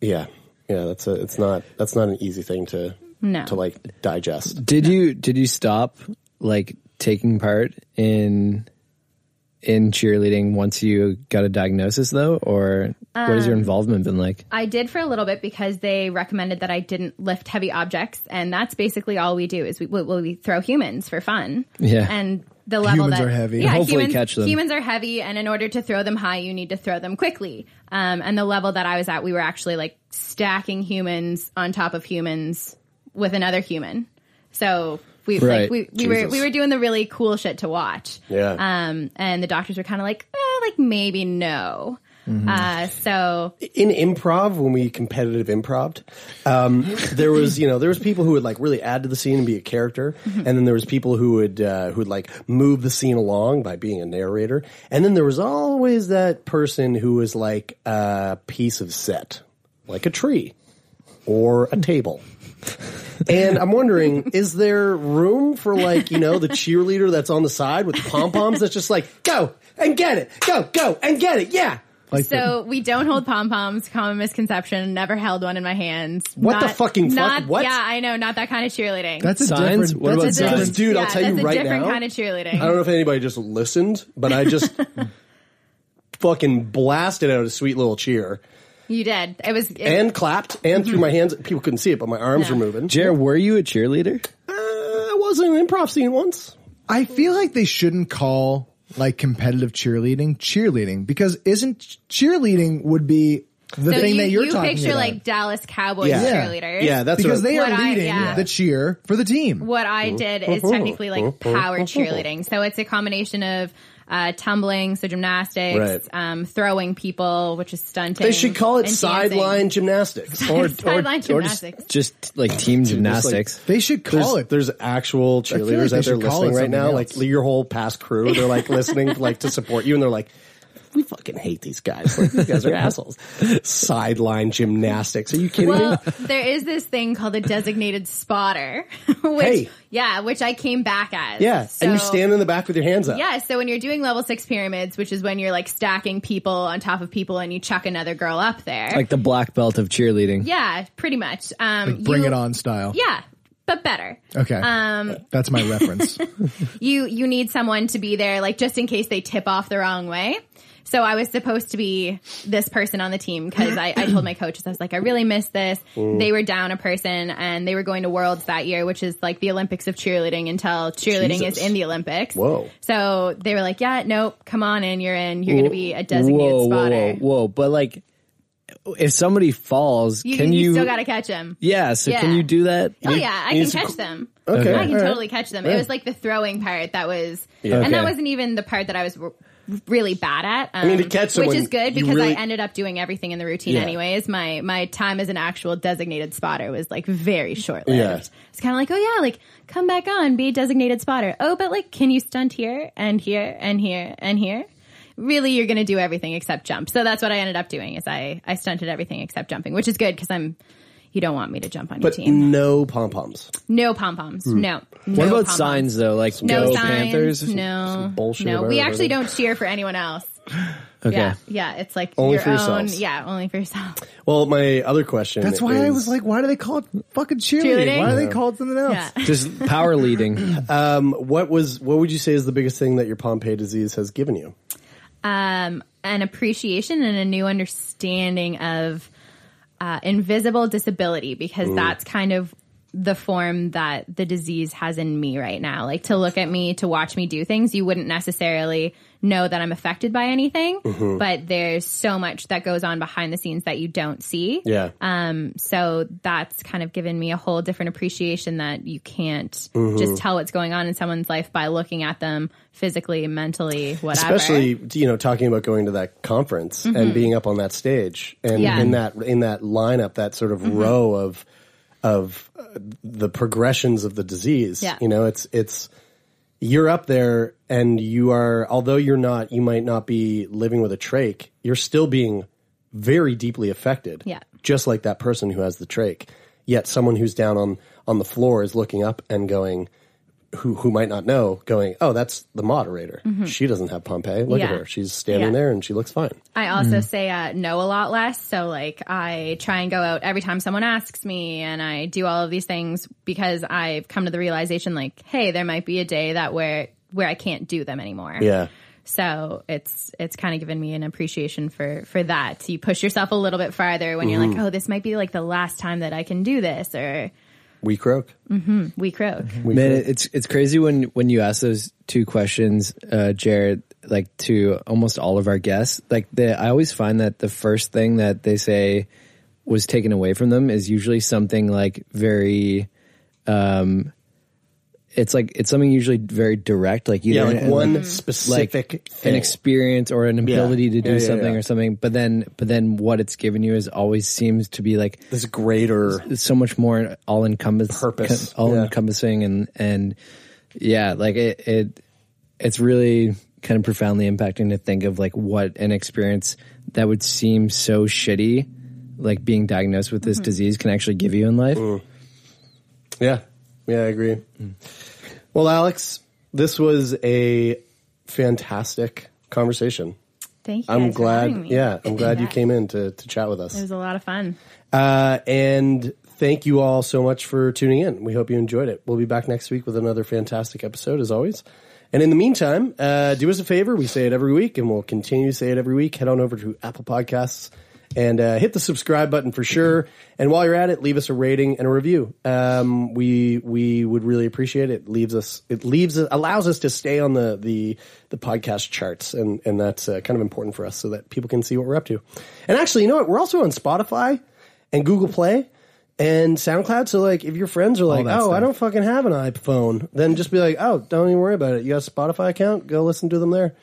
Speaker 6: yeah. Yeah, that's a it's not that's not an easy thing to
Speaker 7: No.
Speaker 6: to like digest.
Speaker 5: Did you did you stop like taking part in in cheerleading once you got a diagnosis, though, or what has your
Speaker 7: Um,
Speaker 5: involvement been like? <laughs>
Speaker 7: I did for a little bit because they recommended that I didn't lift heavy objects, and that's basically all we do is we, we, we throw humans for fun.
Speaker 5: Yeah.
Speaker 7: and the level
Speaker 5: Humans
Speaker 7: that
Speaker 5: are heavy.
Speaker 7: Yeah,
Speaker 5: Hopefully
Speaker 7: humans,
Speaker 5: catch them.
Speaker 7: Humans are heavy, and in order to throw them high, you need to throw them quickly. Um, and the level that I was at, we were actually like stacking humans on top of humans with another human. So we
Speaker 9: Right.
Speaker 7: like we, we
Speaker 9: Jesus.
Speaker 7: were we were doing the really cool shit to watch.
Speaker 9: Yeah.
Speaker 7: Um, and the doctors were kind of like, eh, like maybe no. Uh, so
Speaker 6: in improv when we competitive improved um, there was you know there was people who would like really add to the scene and be a character
Speaker 9: Mhm.
Speaker 7: Mm-hmm.
Speaker 6: and then there was people who would uh, who would like move the scene along by being a narrator and then there was always that person who was like a piece of set like a tree or a table and I'm <laughs> wondering, is there room for like, you know, the cheerleader that's on the side with the pom poms that's just like, go and get it, go, go and get it, yeah.
Speaker 7: so we don't hold pom poms. Common misconception. Never held one in my hands.
Speaker 6: What the
Speaker 7: Not-
Speaker 6: fucking fuck?
Speaker 7: Not,
Speaker 6: What?
Speaker 7: Yeah, I know. Not that kind of cheerleading.
Speaker 6: That's a Signs? different- What that's a about different- signs? Dude, I'll
Speaker 7: Yeah,
Speaker 6: tell you
Speaker 7: that's
Speaker 6: right
Speaker 7: a different
Speaker 6: now,
Speaker 7: kind of
Speaker 6: I
Speaker 7: cheerleading.
Speaker 6: don't know if anybody just listened, but I just fucking blasted out a sweet little cheer
Speaker 7: you did. It was it-
Speaker 6: and clapped and threw my hands. People couldn't see it, but my arms
Speaker 7: No.
Speaker 6: were moving.
Speaker 5: Jared, were you a cheerleader?
Speaker 6: I was in an improv scene once.
Speaker 4: I feel like they shouldn't call like competitive cheerleading cheerleading because isn't cheerleading would be the
Speaker 7: so
Speaker 4: thing
Speaker 7: you,
Speaker 4: that you're
Speaker 7: you
Speaker 4: talking
Speaker 7: picture
Speaker 4: about.
Speaker 7: like Dallas Cowboys cheerleaders.
Speaker 4: because they are
Speaker 7: What I-
Speaker 4: leading
Speaker 7: yeah.
Speaker 4: the cheer for the team.
Speaker 7: What I did is technically like power cheerleading. So it's a combination of uh, tumbling, so gymnastics,
Speaker 6: Right.
Speaker 7: um, throwing people, which is stunting.
Speaker 6: They should call
Speaker 7: and
Speaker 6: it
Speaker 7: dancing.
Speaker 6: sideline
Speaker 7: <laughs>
Speaker 6: gymnastics
Speaker 7: Or- or- Sideline or just- gymnastics.
Speaker 5: just like team gymnastics.
Speaker 4: they should
Speaker 5: call
Speaker 6: there's,
Speaker 5: it-
Speaker 6: There's actual
Speaker 5: feel like
Speaker 6: cheerleaders
Speaker 5: they
Speaker 6: out there
Speaker 5: should call
Speaker 6: listening
Speaker 5: it
Speaker 6: right now,
Speaker 5: something
Speaker 6: like your whole past crew.
Speaker 4: <laughs>
Speaker 6: They're like listening, like to support you, and they're like, "We fucking hate these guys. Like, these guys
Speaker 4: <laughs>
Speaker 6: are assholes." Sideline gymnastics. Are you kidding
Speaker 7: well,
Speaker 6: me?
Speaker 7: there is this thing called a designated spotter, <laughs> which
Speaker 6: Hey.
Speaker 7: yeah, which I came back as.
Speaker 6: Yeah,
Speaker 7: so,
Speaker 6: and you stand in the back with your hands up.
Speaker 7: Yeah, so when you're doing level six pyramids, which is when you're like stacking people on top of people and you chuck another girl up there.
Speaker 5: Like the black belt of cheerleading.
Speaker 7: yeah, pretty much. Um,
Speaker 5: Like, bring
Speaker 7: you-
Speaker 5: it on style.
Speaker 7: Yeah, but better.
Speaker 5: Okay.
Speaker 7: Um,
Speaker 4: That's my
Speaker 6: <laughs>
Speaker 4: reference.
Speaker 7: you you need someone to be there like just in case they tip off the wrong way so i was supposed to be this person on the team because I, I told my coaches i was like i really miss this
Speaker 9: Mm.
Speaker 7: they were down a person and they were going to worlds that year which is like the olympics of cheerleading until cheerleading
Speaker 9: Jesus.
Speaker 7: is in the olympics
Speaker 5: Whoa.
Speaker 7: so they were like yeah nope come on in you're in you're gonna be a designated
Speaker 5: whoa,
Speaker 7: spotter
Speaker 5: Whoa, whoa, whoa. But like, if somebody falls,
Speaker 7: You,
Speaker 5: can
Speaker 7: you,
Speaker 5: you?
Speaker 7: still gotta catch them
Speaker 5: yeah. So can you do that?
Speaker 7: Oh yeah, I can catch them.
Speaker 5: Okay.
Speaker 7: I can
Speaker 5: All right.
Speaker 7: totally catch them. It
Speaker 5: Yeah.
Speaker 7: was like the throwing part that was,
Speaker 5: Yeah.
Speaker 7: and that
Speaker 5: Okay.
Speaker 7: wasn't even the part that I was r- really bad at. um,
Speaker 6: I mean, to catch someone,
Speaker 7: which is good
Speaker 6: you
Speaker 7: because
Speaker 6: really-
Speaker 7: I ended up doing everything in the routine
Speaker 6: Yeah.
Speaker 7: anyways. My my time as an actual designated spotter was like very short lived.
Speaker 6: Yeah.
Speaker 7: It's kind of like, oh yeah, like come back on, be a designated spotter. Oh, but like, can you stunt here and here and here and here? Really, you're going to do everything except jump. So that's what I ended up doing. Is I I stunted everything except jumping, which is good because I'm. You don't want me to jump on your
Speaker 6: But
Speaker 7: team.
Speaker 6: no pom poms.
Speaker 7: No pom poms.
Speaker 6: Hmm.
Speaker 7: No.
Speaker 5: What
Speaker 7: no
Speaker 5: about
Speaker 7: pom-poms.
Speaker 5: signs though? Like
Speaker 7: No
Speaker 5: go
Speaker 7: signs.
Speaker 5: Panthers?
Speaker 7: No.
Speaker 5: bullshit
Speaker 7: No,
Speaker 5: about
Speaker 7: we
Speaker 5: it,
Speaker 7: actually
Speaker 5: right?
Speaker 7: don't cheer for anyone else.
Speaker 6: Okay.
Speaker 7: Yeah, yeah. It's like
Speaker 6: Only
Speaker 7: your
Speaker 6: for
Speaker 7: own.
Speaker 6: yourselves.
Speaker 7: Yeah, only for yourself.
Speaker 6: Well, my other question.
Speaker 4: That's why I
Speaker 6: is-
Speaker 4: was like, why do they call it fucking cheerleading?
Speaker 6: Cheerleading?
Speaker 4: Why do they
Speaker 6: Yeah.
Speaker 4: call it something else?
Speaker 5: <laughs>
Speaker 6: just power leading. <clears throat> Um, what was what would you say is the biggest thing that your Pompeii disease has given you?
Speaker 7: Um, an appreciation and a new understanding of uh, invisible disability because
Speaker 9: Mm.
Speaker 7: that's kind of the form that the disease has in me right now. Like to look at me, to watch me do things, you wouldn't necessarily know that I'm affected by anything,
Speaker 6: Mm-hmm.
Speaker 9: Mhm.
Speaker 7: but there's so much that goes on behind the scenes that you don't see.
Speaker 9: Yeah.
Speaker 7: Um, so that's kind of given me a whole different appreciation that you can't
Speaker 6: Mhm.
Speaker 7: just tell what's going on in someone's life by looking at them physically, mentally, whatever.
Speaker 6: Especially you know talking about going to that conference
Speaker 7: Mhm.
Speaker 6: and being up on that stage and
Speaker 7: Yeah.
Speaker 6: in that in that lineup, that sort of
Speaker 7: Mhm.
Speaker 6: row of of uh, the progressions of the disease.
Speaker 7: Yeah.
Speaker 6: You know, it's it's you're up there and you are although you're not you might not be living with a trach, you're still being very deeply affected.
Speaker 7: Yeah.
Speaker 6: just like that person who has the trach. Yet someone who's down on on the floor is looking up and going, who who might not know, going, oh, that's the moderator.
Speaker 7: Mhm.
Speaker 6: She doesn't have Pompeii. Look at
Speaker 7: Yeah.
Speaker 6: her; she's standing
Speaker 7: Yeah.
Speaker 6: there and she looks fine.
Speaker 7: I
Speaker 6: Mm.
Speaker 7: also say uh, no a lot less. So, like, I try and go out every time someone asks me, and I do all of these things because I've come to the realization, like, hey, there might be a day that where where I can't do them anymore. So it's it's kind of given me an appreciation for for that. You push yourself a little bit farther when you're like,
Speaker 6: Mhm.
Speaker 7: oh, this might be like the last time that I can do this, or
Speaker 6: We croak. Mm-hmm.
Speaker 7: hmm we croak.
Speaker 5: Man, it's it's crazy when when you ask those two questions, uh, Jared. Like to almost all of our guests, like the I always find that the first thing that they say was taken away from them is usually something like very, um, it's like it's something usually very direct, like
Speaker 6: Yeah,
Speaker 5: either
Speaker 6: like
Speaker 5: an-
Speaker 6: one
Speaker 5: like
Speaker 6: specific
Speaker 5: an
Speaker 6: thing.
Speaker 5: experience or an
Speaker 6: Yeah.
Speaker 5: ability to do
Speaker 6: Yeah, yeah,
Speaker 5: something
Speaker 6: yeah.
Speaker 5: or something. But then, but then what it's given you is always seems to be like
Speaker 6: this greater,
Speaker 5: so much more all encompassing
Speaker 6: Purpose.
Speaker 5: all
Speaker 6: Yeah.
Speaker 5: encompassing, and and yeah, like it, it it's really kind of profoundly impacting to think of like what an experience that would seem so shitty, like being diagnosed with
Speaker 7: Mm-hmm.
Speaker 5: this disease can actually give you in life. Mm.
Speaker 6: Yeah. Yeah, I agree. Well, Alex, this was a fantastic conversation.
Speaker 7: Thank you.
Speaker 6: I'm
Speaker 7: guys for having
Speaker 6: glad.
Speaker 7: me.
Speaker 6: Yeah, I'm glad you
Speaker 7: Yeah.
Speaker 6: came in to, to chat with
Speaker 7: It
Speaker 6: us.
Speaker 7: was a lot of fun.
Speaker 6: Uh, and thank you all so much for tuning in. We hope you enjoyed it. We'll be back next week with another fantastic episode, as always. And in the meantime, uh, do us a favor. We say it every week, and we'll continue to say it every week. Head on over to Apple Podcasts and uh, hit the subscribe button for sure. And while you're at it, leave us a rating and a review. Um, we we would really appreciate it. Leaves us it leaves it allows us to stay on the the the podcast charts, and and that's uh, kind of important for us so that people can see what we're up to. And actually, you know what? We're also on Spotify and Google Play and SoundCloud. So like, if your friends are like, "Oh,
Speaker 5: that
Speaker 6: I don't fucking have an iPhone," then just be like, "Oh, don't even worry about it. You got a Spotify account? Go listen to them there,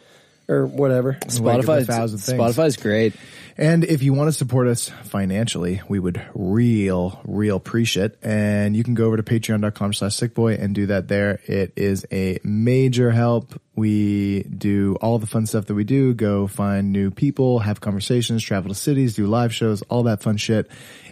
Speaker 6: or whatever."
Speaker 4: Spotify, Spotify's
Speaker 5: great.
Speaker 4: And if you want to support us financially, we would real, real appreciate. it. And you can go over to patreon.com slash sickboy and do that there. It is a major help. We do all the fun stuff that we do, go find new people, have conversations, travel to cities, do live shows, all that fun shit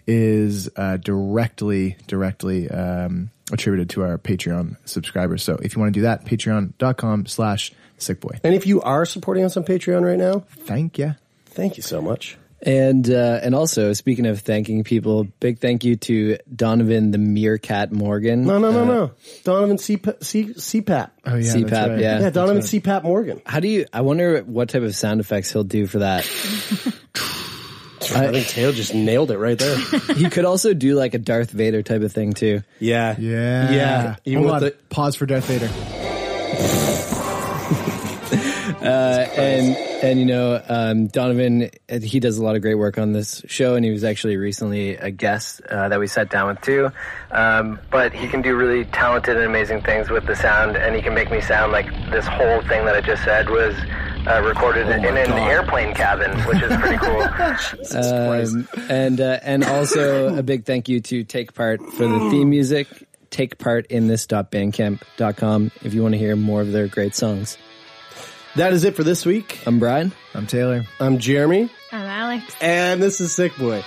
Speaker 4: is uh, directly, directly um, attributed to our Patreon subscribers. So if you want to do that, patreon.com slash sickboy.
Speaker 6: And if you are supporting us on Patreon right now,
Speaker 4: thank you.
Speaker 6: Thank you so much.
Speaker 5: And uh, and also speaking of thanking people, big thank you to Donovan the Meerkat Morgan.
Speaker 6: No, no, no,
Speaker 5: Uh,
Speaker 6: no. Donovan CPAP. C- CPAP.
Speaker 5: Oh, yeah, that's CPAP, right. yeah.
Speaker 6: Yeah, Donovan
Speaker 5: That's
Speaker 6: CPAP Morgan.
Speaker 5: How do you? I wonder what type of sound effects he'll do for that.
Speaker 6: <laughs> I, think Tail just nailed it right there.
Speaker 5: <laughs> he could also do like a Darth Vader type of thing too.
Speaker 6: Yeah,
Speaker 4: yeah,
Speaker 5: yeah.
Speaker 4: Hold on. Pause for Darth Vader.
Speaker 5: uh, and and you know um, Donovan, uh, he does a lot of great work on this show, and he was actually recently a guest uh, that we sat down with too. Um, but he can do really talented and amazing things with the sound, and he can make me sound like this whole thing that I just said was uh, recorded
Speaker 6: Oh
Speaker 5: in an airplane cabin, which is pretty
Speaker 6: <laughs>
Speaker 5: cool. um, and uh, and also a big thank you to Take Part for the theme music. Take part in this this.bandcamp.com if you want to hear more of their great songs.
Speaker 6: That is it for this week.
Speaker 5: I'm Brian.
Speaker 4: I'm Taylor.
Speaker 6: I'm Jeremy.
Speaker 7: I'm Um, Alex.
Speaker 6: And this is Sick Boy.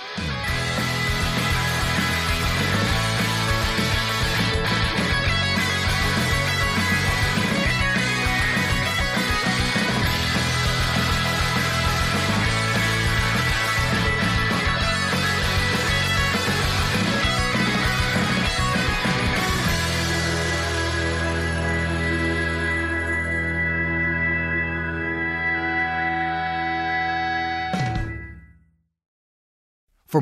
Speaker 2: For